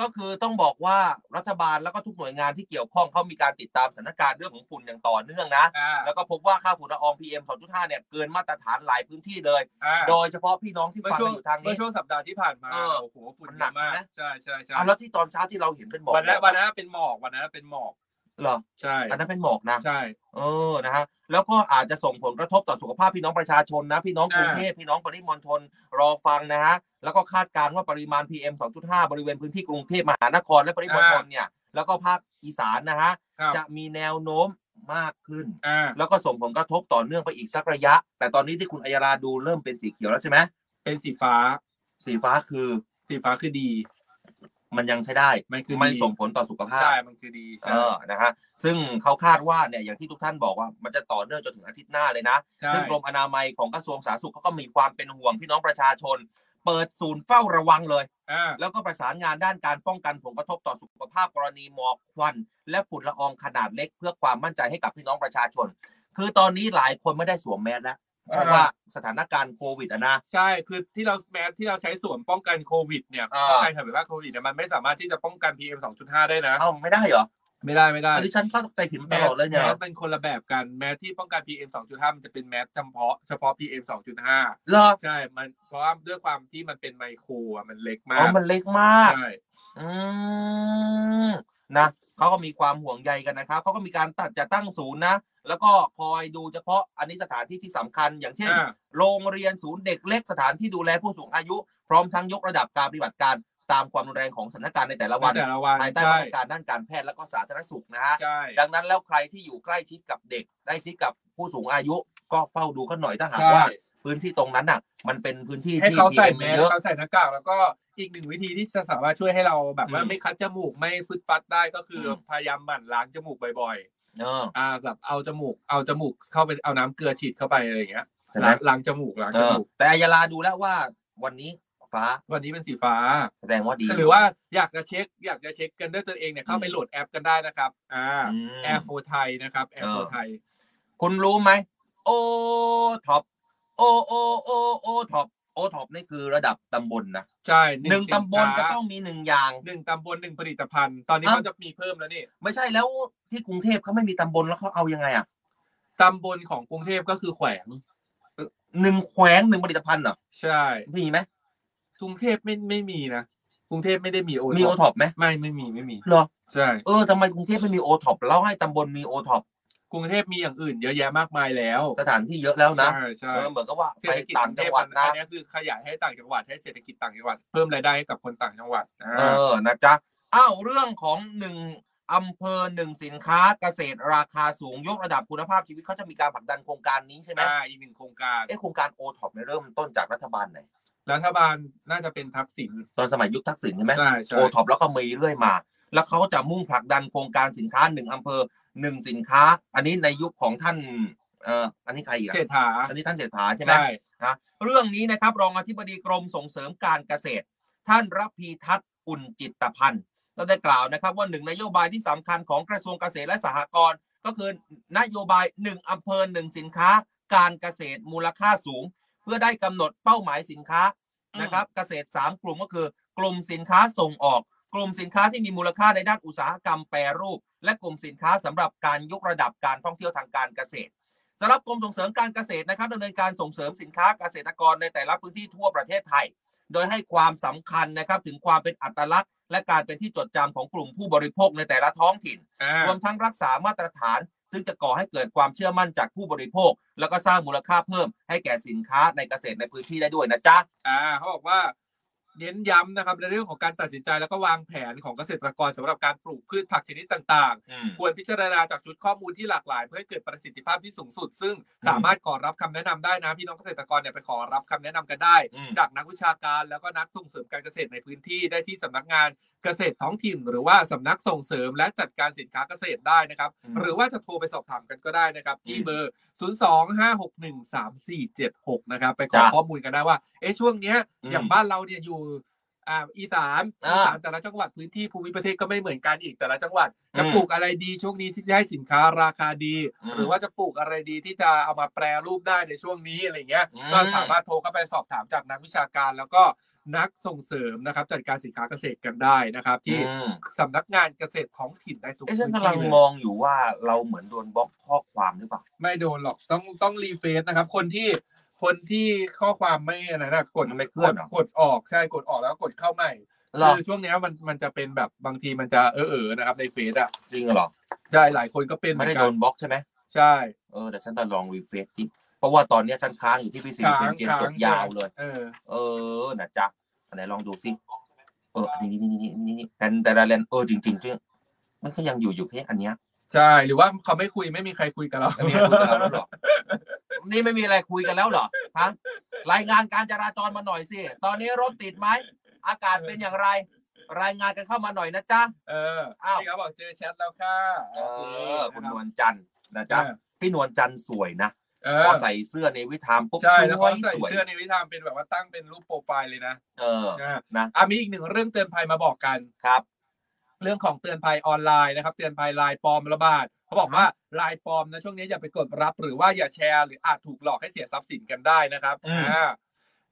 ก็คือต้องบอกว่ารัฐบาลแล้วก็ทุกหน่วยงานที่เกี่ยวข้องเขามีการติดตามสถานการณ์เรื่องของฝุ่นอย่างต่อเนื่องนะ อ่า แล้วก็พบว่าค่าฝุ่นละออง PM 2.5เนี่ยเกินมาตรฐานหลายพื้นที่เลย อ่า โดยเฉพาะพี่น้องที่ เมื่อ ฟัง ช่ว กั ง นอยู่ทาง เมื่อ นี้ ช่วงสัปดาห์ที่ผ่านมา เออ โอ้โหฝุ่น มัน เย หนัก อะมาก ใช่ไหม ใช่ใช่ใช่ อ่ะแล้วที่ตอนเช้าที่เราเห็นเป็นหมอก วันนั้นวันนั้นเป็นหมอกวันนั้นเป็นหมอก เหรอ ใช่ อันนั้นเป็นหมอกนะ ใช่ เออ นะฮะ แล้วก็อาจจะส่งผลกระทบต่อสุขภาพพี่น้องประชาชนนะ พี่น้องกรุงเทพพี่น้องปริมณฑลรอฟังนะฮะ แล้วก็คาดการณ์ว่าปริมาณ PM 2.5 บริเวณพื้นที่กรุงเทพมหานครและปริมณฑลเนี่ย แล้วก็ภาคอีสานนะฮะ ครับ จะมีแนวโน้มมากขึ้น อ่า แล้วก็ส่งผลกระทบต่อเนื่องไปอีกสักระยะ แต่ตอนนี้ที่คุณอัยราดูเริ่มเป็นสีเขียวแล้วใช่ไหม เป็นสีฟ้า สีฟ้าคือ สีฟ้าคือดี มันยังใช้ได้ มันคือ มัน ดี ส่งผลต่อสุขภาพ ใช่มันคือดี เอ ใช่ อ นะฮะ ซึ่งเขาคาดว่าเนี่ย อย่างที่ทุกท่านบอกว่า มันจะต่อเนื่องจนถึงอาทิตย์หน้าเลยนะ ใช่ ซึ่งกรมอนามัยของกระทรวงสาธารณสุขเขาก็มีความเป็นห่วงพี่น้องประชาชน เปิดศูนย์เฝ้าระวังเลย อ่า แล้วก็ประสานงานด้านการป้องกันผลกระทบต่อสุขภาพกรณีหมอกควัน และฝุ่นละอองขนาดเล็ก เพื่อความมั่นใจให้กับพี่น้องประชาชน คือตอนนี้หลายคนไม่ได้สวมแมสแล้วเพราะว่าสถานการณ์โควิดอะนะ ใช่คือที่เราแมสที่เราใช้สวมป้องกันโควิดเนี่ย อ่า ป้องกันเห็นว่าโควิดเนี่ยมันไม่สามารถที่จะป้องกัน PM 2.5 ได้นะ เอ้าไม่ได้เหรอ ไม่ได้ไม่ได้ อันนี้ฉันเข้าใจผิดมาตลอดเลยเนี่ย แมสเป็นคนละแบบกันแมสที่ป้องกัน PM 2.5 มันจะเป็นแมสเฉพาะเฉพาะ PM 2.5 เหรอ ใช่มันเพราะว่าด้วยความที่มันเป็นไมโครอะมันเล็กมา อ๋อก มันเล็กมาก ใช่ อืมนะเขาก็มีความห่วงใยกันนะครับเขาก็มีการตัดจะตั้งศูนย์นะ แล้วก็คอยดูเฉพาะอันนี้สถานที่ที่สำคัญ อย่างเช่น อ่า โรงเรียนศูนย์เด็กเล็กสถานที่ดูแลผู้สูงอายุ พร้อมทั้งยกระดับการปฏิบัติการตามความรุนแรงของสถานการณ์ในแต่ละวัน แต่ละวัน ภายใต้ ใช่ มาตรการด้านการแพทย์และก็สาธารณสุขนะฮะ ใช่ ดังนั้นแล้วใครที่อยู่ใกล้ชิดกับเด็กใกล้ชิดกับผู้สูงอายุ ก็เฝ้าดูกันหน่อยถ้าหาก ใช่ ว่าพื้นที่ตรงนั้นน่ะ มันเป็นพื้นที่ ให้ ที่ เขาใส่ PM แมส เยอะ เขาใส่หน้ากากแล้วก็อีกหนึ่งวิธีที่จะสามารถช่วยให้เราแบบว่า อืม ไม่คัดจมูกไม่ฟึดฟัดได้ก็คืออ ม พยายามหมั่นล้างจมูกบ่อย เออ ๆอ่าแบบเอาจมูกเอาจมูกเข้าไปเอาน้ำเกลือฉีดเข้าไปอะไรอย่างเงี้ย ใช่ไหม ล้างล้างจมูกล้าง เอ จ อ มูก แต่อัยยาลาดูแล้วว่าวันนี้ฟ้า วันนี้เป็นสีฟ้า แสดงว่าดี หรือว่าอยากจะเช็คอยากจะเช็คกันด้วยตนเองเนี่ยเข้าไปโหลดแอปกันได้นะครับ อ่า อืม แอร์โฟไทยนะครับแอร์โฟ เออ ไทย คุณรู้ไหม โอท็อป โอโอโอโอท็อป โอท็อปนี่คือระดับตำบลนะ ใช่ หนึ่ง สิ ตำบลจะต้องมีหนึ่งอย่าง หนึ่งตำบลหนึ่งผลิตภัณฑ์ ตอนนี้ อ้าว เขาจะมีเพิ่มแล้วนี่ ไม่ใช่แล้วที่กรุงเทพเขาไม่มีตำบลแล้วเขาเอายังไงอ่ะ ตำบลของกรุงเทพก็คือแขวง หนึ่งแขวงหนึ่งผลิตภัณฑ์เหรอ ใช่ มีไหม กรุงเทพไม่ไม่มีนะกรุงเทพไม่ได้มีโอ มีโอท็อปไหม ไม่ไม่มีไม่มี เหรอ ใช่ เออทำไมกรุงเทพไม่มีโอท็อปแล้วให้ตำบลมีโอท็อป กรุงเทพมีอย่างอื่นเยอะแยะมากมายแล้ว สถานที่เยอะแล้วนะ ใช่ใช่ เออเหมือนกับว่า เศร ไป ษฐกิจ ต่างจังหวัดนะ อันนี้คือขยายให้ต่างจังหวัดให้เศรษฐกิจต่างจังหวัดเพิ่มรายได้ให้กับคนต่างจังหวัดอ่า เออนะจ๊ะอ้าวเรื่องของหนึ่งอำเภอหนึ่งสินค้าเกษตรราคาสูงยกระดับคุณภาพชีวิตเขาจะมีการผลักดันโครงการนี้ใช่ไหม ได้อีกหนึ่งโครงการ เอ้โครงการโอท็อปเนี่ยเริ่มต้นจากรัฐบาลไหน รัฐบาลน่าจะเป็นทักษิณ ตอนสมัยยุคทักษิณใช่ไหม ใช่ใช่ โอท็อปแล้วก็มีเรื่อยมา แล้วเขาจะมุ่งผลักดันโครงการสินค้าหนึ่งอำเภอหนึ่งสินค้า อันนี้ในยุคของท่านเอ่ออันนี้ใครอีกอะ เศรษฐา อันนี้ท่านเศรษฐาใช่ไหม ใช่ นะเรื่องนี้นะครับรองอธิบดีกรมส่งเสริมการเกษตร ท่านรับพีทัศน์อุ่นจิตพันธ์ก็ได้กล่าวนะครับ ว่าหนึ่งนโยบายที่สำคัญของกระทรวงเกษตรและสหกรณ์ก็คือนโยบายหนึ่งอำเภอหนึ่งสินค้า การเกษตรมูลค่าสูง เพื่อได้กำหนดเป้าหมายสินค้านะครับเกษตร 3 กลุ่มก็คือกลุ่มสินค้าส่งออก กลุ่มสินค้าที่มีมูลค่าในด้านอุตสาหกรรมแปรรูป และกลุ่มสินค้าสำหรับการยกระดับการท่องเที่ยวทางการเกษตรสำหรับกรมส่งเสริมการเกษตรนะครับดำเนินการส่งเสริมสินค้าเกษตรกรในแต่ละพื้นที่ทั่วประเทศไทย โดยให้ความสำคัญนะครับถึงความเป็นอัตลักษณ์ และการเป็นที่จดจำของกลุ่มผู้บริโภคในแต่ละท้องถิ่น อ่าร วมทั้งรักษามาตรฐาน ซึ่งจะก่อให้เกิดความเชื่อมั่นจากผู้บริโภค แล้วก็สร้างมูลค่าเพิ่มให้แก่สินค้าในเกษตรในพื้นที่ได้ด้วยนะจ๊ะ อ่าเขาบอกว่าเน้นย้ำนะครับในเรื่องของการตัดสินใจแล้วก็วางแผนของเกษตรกรสำหรับการปลูกพืชผักชนิดต่างๆ ควรพิจารณาจากชุดข้อมูลที่หลากหลาย เพื่อให้เกิดประสิทธิภาพที่สูงสุด ซึ่งสามารถขอรับคำแนะนำได้นะ พี่น้องเกษตรกรเนี่ยไปขอรับคำแนะนำกันได้ อืม จากนักวิชาการแล้วก็นักส่งเสริมการเกษตรในพื้นที่ได้ที่สำนักงานเกษตรท้องถิ่น หรือว่าสำนักส่งเสริมและจัดการสินค้าเกษตรได้นะครับ อืม หรือว่าจะโทรไปสอบถามกันก็ได้นะครับที่ อืม เบอร์ 025613476 นะครับไปขอ จ้ะ ข้อมูลกันได้ว่าเอ๊ะช่วงเนี้ย อืม อย่างบ้านเราเนี่ยอยู่อ่าอีสาน อ่า อีสานแต่ละจังหวัดพื้นที่ภูมิประเทศก็ไม่เหมือนกันอีกแต่ละจังหวัด อืม จะปลูกอะไรดีช่วงนี้ที่จะให้สินค้าราคาดี อืม หรือว่าจะปลูกอะไรดีที่จะเอามาแปรรูปได้ในช่วงนี้อะไรเงี้ย อืม ก็สามารถโทรเข้าไปสอบถามจากนักวิชาการ แล้วก็นักส่งเสริมนะครับจัดการสินค้าเกษตรกันได้นะครับ ที่ อืม สำนักงานเกษตรท้องถิ่นได้ทุก เอ้ฉัน พื้น กำลังที่เลย มองอยู่ว่าเราเหมือนโดนบล็อกข้อความหรือเปล่า ไม่โดนหรอกต้องต้องรีเฟซนะครับ คนที่คนที่ข้อความไม่อะไรนะกด มันไม่เคลื่อนเหรอ กดออกใช่กดออกแล้วก็กดเข้าใหม่ หรอ คือช่วงเนี้ยมันมันจะเป็นแบบบางทีมันจะเออเออๆนะครับในเฟซอ่ะ จริงเหรอ ใช่หลายคนก็เป็นเห ไม่ อน ได้ กัโดนนบล็อกใช่ไหม ใช่ เออแต่ฉันจะลองรีเฟซจริงเพราะว่าตอนเนี้ยฉันค้างอยู่ที่พี่สิริเป็นเกมจบยาวเลย เออ เออนะจ๊ะอันไหนลองดูซิเอออันนี้นี่นี่นี่นี่แต่แต่ละเลนเออจริงๆจริงมันก็ยังอยู่อยู่แค่อันเนี้ย ใช่ หรือว่าเขาไม่คุยไม่มีใครคุยกับเรา ไม่มีอะไรคุยกันแล้วเหรอ นี่ไม่มีอะไรคุยกันแล้วเหรอ ฮะ รายงานการจราจรมาหน่อยสิ ตอนนี้รถติดไหม อากาศเป็นอย่างไร รายงานกันเข้ามาหน่อยนะจ๊ะ เออ อ้าว พี่เขาบอกเจอแชทแล้วค่ะ เออ โเ คุณนวลจันทร์นะจ๊ะ พี่นวลจันทร์สวยนะ เอ พอ อ ใส่เสื้อในวิธามปุ๊บ ใช่ ส แล้ว ว เขา ย ใส่ สวย เสื้อในวิธามเป็นแบบว่าตั้งเป็นรูปโปรไฟล์เลยนะ เออ นะ นะ อ่ะมีอีกหนึ่งเรื่องเตือนภัยมาบอกกัน ครับ เรื่องของเตือนภัยออนไลน์นะครับ เตือนภัยไลน์ปลอมระบาดเขาบอกว่าไลน์ปลอมนะช่วงนี้อย่าไปกดรับ หรือว่าอย่าแชร์ หรืออาจถูกหลอกให้เสียทรัพย์สินกันได้นะครับ อืม อ่า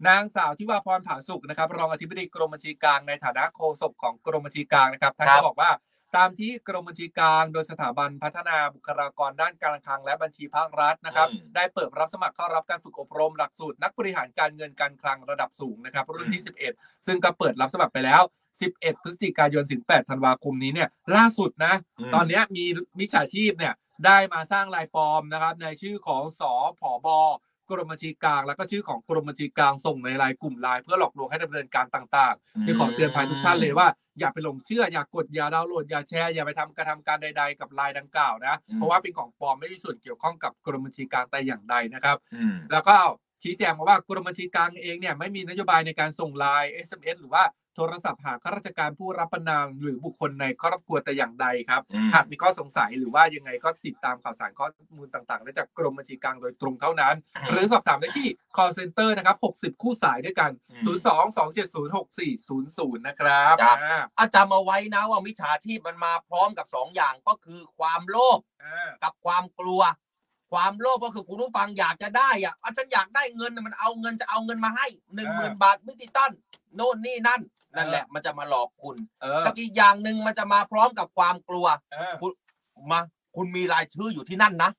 นางสาวทิวาพรผาสุกนะครับ รองอธิบดีกรมบัญชีกลางในฐานะโฆษกของกรมบัญชีกลางนะครับท่านก็บอกว่า ตามที่กรมบัญชีกลางโดยสถาบันพัฒนาบุคลากรด้านการคลังและบัญชีภาครัฐนะครับ อืม ได้เปิดรับสมัครเข้ารับการฝึกอบรมหลักสูตรนักบริหารการเงินการคลังระดับสูงนะครับรุ่นที่ 11 ซึ่งก็เปิดรับสมัครไปแล้ว 11 พฤศจิกายนถึง 8 ธันวาคมนี้เนี่ยล่าสุดนะ อืม ตอนเนี้ยมีมิจฉาชีพเนี่ยได้มาสร้างลายปลอมนะครับ ในชื่อของสอผอบกรมบัญชีกลาง แล้วก็ชื่อของกรมบัญชีกลางส่งในรายกลุ่มไลน์เพื่อหลอกลวงให้ดำเนินการต่าง ๆ จึงขอเตือนภัยทุกท่านเลยว่าอย่าไปหลงเชื่ออย่ากดอย่าดาวน์โหลดอย่าแชร์อย่าไปทำกระทำการใด ๆ กับไลน์ดังกล่าวนะ อืม เพราะว่าเป็นของปลอมไม่มีส่วนเกี่ยวข้องกับกรมบัญชีกลางแต่อย่างใดนะครับ อืม แล้วก็ชี้แจงมาว่ากรมบัญชีกลางเองเนี่ยไม่มีนโยบายในการส่งไลน์ SMS หรือว่าโทรศัพท์หาข้าราชการผู้รับประนามหรือบุคคลในครอบครัวแต่อย่างใดครับ อืม หากมีข้อสงสัยหรือว่ายังไงก็ติดตามข่าวสารข้อมูลต่างๆได้จากกรมบัญชีกลางโดยตรงเท่านั้น หรือสอบถามได้ที่ call center นะครับ 60 คู่สายด้วยกัน อืม 0 2 2 7 0 6 4 0 0 นะครับ ครับ อ่า อาจำเอาไว้นะว่ามิจฉาชีพมันมาพร้อมกับสองอย่างก็คือความโลภ อ่า กับความกลัว ความโลภก็คือคุณผู้ฟังอยากจะได้อะอ่ะฉันอยากได้เงินน่ะมันเอาเงินจะเอาเงินมาให้หนึ่งหมื่นบาทมิติตันโน่นนี่นั่น นั่นแหละมันจะมาหลอกคุณ เออ กับอีกอย่างหนึ่งมันจะมาพร้อมกับความกลัว เออ คุณมา คุณมีรายชื่ออยู่ที่นั่นนะ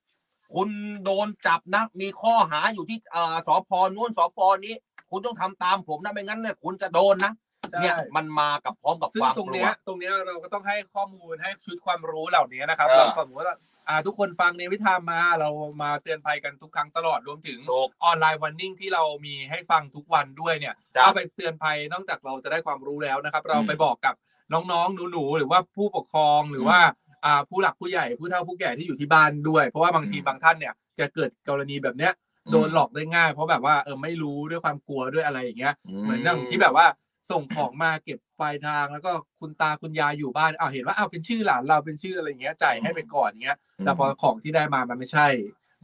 คุณโดนจับนะ มีข้อหาอยู่ที่เอ่อสพนู่นสพนี้ คุณต้องทำตามผมนะไม่งั้นเนี่ยคุณจะโดนนะ เนี่ย ใช่ มันมากับพร้อมกับ ซึ่ ค ง วาม ตรง กลั เนี้ วย ตรงเนี้ยเราก็ต้องให้ข้อมูลให้ชุดความรู้เหล่านี้นะครับ เออ เราสมมติว่าอ่าทุกคนฟังในวิธามมาเรามาเตือนภัยกันทุกครั้งตลอดรวมถึง ถูก ออนไลน์วันนิ่งที่เรามีให้ฟังทุกวันด้วยเนี่ย จ้ะ เอาไปเตือนภัยนอกจากเราจะได้ความรู้แล้วนะครับ เราไปบอกกับน้องๆหนูๆหรือว่าผู้ปกครองหรือว่าอ่าผู้หลักผู้ใหญ่ผู้เฒ่าผู้แก่ที่อยู่ที่บ้านด้วย เพราะว่าบางที อืม บางท่านเนี่ยจะเกิดกรณีแบบเนี้ยโดนหลอกได้ง่าย เพราะแบบว่าเออไม่รู้ด้วยความกลัวด้วยอะไรอย่างเงี้ย เหมือนนั่งที่แบบว่าส่งของมาเก็บปลายทางแล้วก็คุณตาคุณยายอยู่บ้านอ้าวเห็นว่าอ้าวเป็นชื่อหลานเราเป็นชื่ออะไรอย่างเงี้ยจ่ายให้ไปก่อนอย่างเงี้ย แต่พอของที่ได้มามันไม่ใช่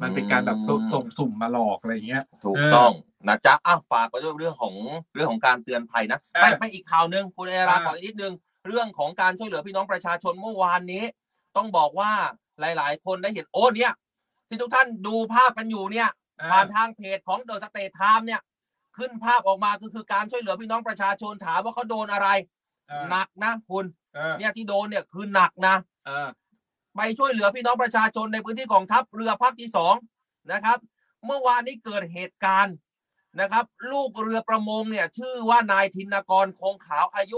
มันเป็นการแบบส่ง อืม ส่งสุ่มมาหลอกอะไรอย่างเงี้ย ถูกต้องนะจ๊ะอ้าวฝากไปด้วยเรื่องของเรื่องของการเตือนภัยนะ เออ ไปไปอีกข่าวหนึ่งคุณเอรา อ่า ขออีกนิดนึงเรื่องของการช่วยเหลือพี่น้องประชาชนเมื่อวานนี้ ต้องบอกว่าหลาย ๆ คนได้เห็นโอ้เนี่ย ที่ทุกท่านดูภาพกันอยู่เนี่ย ผ่านทางเพจของเดอะสเตทไทม์เนี่ย ขึ้นภาพออกมาก็คือการช่วยเหลือพี่น้องประชาชนถามว่าเขาโดนอะไร อ่า หนักนะคุณ อ่า เนี่ยที่โดนเนี่ยคือหนักนะ อ่า ไปช่วยเหลือพี่น้องประชาชนในพื้นที่กองทัพเรือภาคที่สองนะครับ เมื่อวานนี้เกิดเหตุการณ์นะครับ ลูกเรือประมงเนี่ยชื่อว่านายธินกรคงขาวอายุ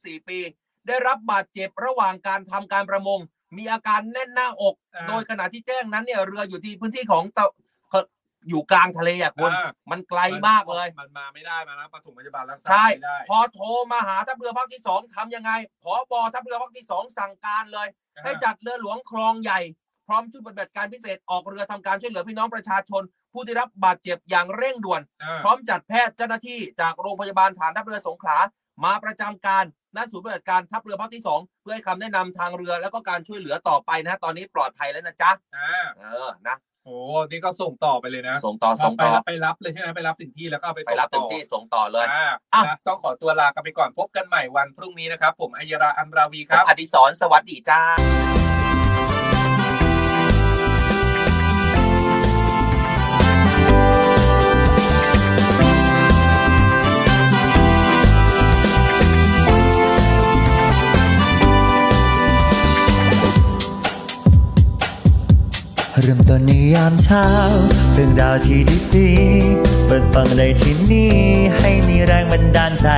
34 ปี ได้รับบาดเจ็บระหว่างการทำการประมง มีอาการแน่นหน้าอก อ่า โดยขณะที่แจ้งนั้นเนี่ยเรืออยู่ที่พื้นที่ของตะเขาอยู่กลางทะเลอ่ะคุณ อ่ามั มันไกลมากเลย มันมาไม่ได้มาแล้วปฐมพยาบาลรักษา ใช่ ไม่ได้ พอโทรมาหาทัพเรือภาคที่สองทำยังไงผอบอทัพเรือภาคที่สองสั่งการเลย ให้จัดเรือหลวงคลองใหญ่ พร้อมชุดปฏิบัติการพิเศษออกเรือทำการช่วยเหลือพี่น้องประชาชน ผู้ได้รับบาดเจ็บอย่างเร่งด่วน พร้อมจัดแพทย์เจ้าหน้าที่จากโรงพยาบาลฐานทัพเรือสงขลามาประจำการณศูนย์ปฏิบัติการทัพเรือภาคที่สองเพื่อให้คำแนะนำทางเรือแล้วก็การช่วยเหลือต่อไปนะฮะตอนนี้ปลอดภัยแล้วนะจ๊ะ อ่า เออนะ โอ้นี่ก็ส่งต่อไปเลยนะ ส่งต่อส่งต่อ ไปรับไปรับเลยใช่ไหมไปรับถึงที่แล้วก็เอาไป ไป ส่ง รับ ต่ เต็ม อ ที่ส่งต่อเลย อ่านะต้องขอตัวลากันไปก่อนพบกันใหม่วันพรุ่งนี้นะครับ ผมอัยราอัมราวีครับ อดิศรสวัสดีจ้า เริ่มต้นในยามเช้า เรื่องราวที่ดีๆเปิดฟังได้ที่นี่ ให้มีแรงบันดาลใจ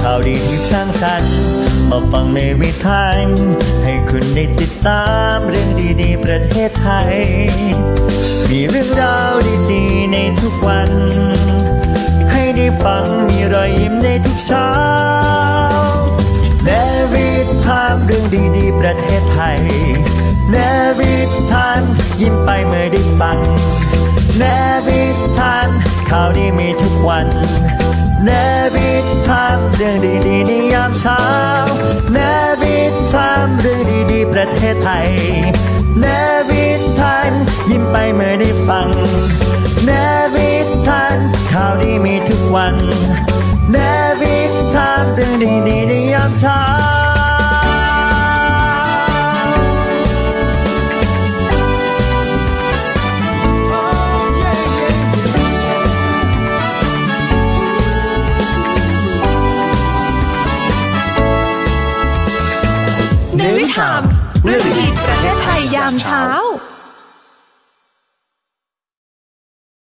ข่าวดีที่สร้างสรรค์มาฟังในวิถีให้คุณได้ติดตามเรื่องดีๆ ประเทศไทย มีเรื่องราวดีๆ ในทุกวัน ให้ได้ฟังมีรอยยิ้มในทุกเช้าเนวิทามเรื่องดีๆ ประเทศไทยเนวิทามยิ้มไปเมื่อได้ฟังเนวิทามข่าวดีมีทุกวันเนวิทามเรื่องดีๆในยามเช้าเนวิทามเรื่องดีๆ ประเทศไทยเนวิทามยิ้มไปเมื่อได้ฟัง เนวิทันข่าวดีมีทุกวันเนวิทันเรื่องดีๆในยามเช้า เนวิทามเรื่องดีประเทศไทยยามเช้า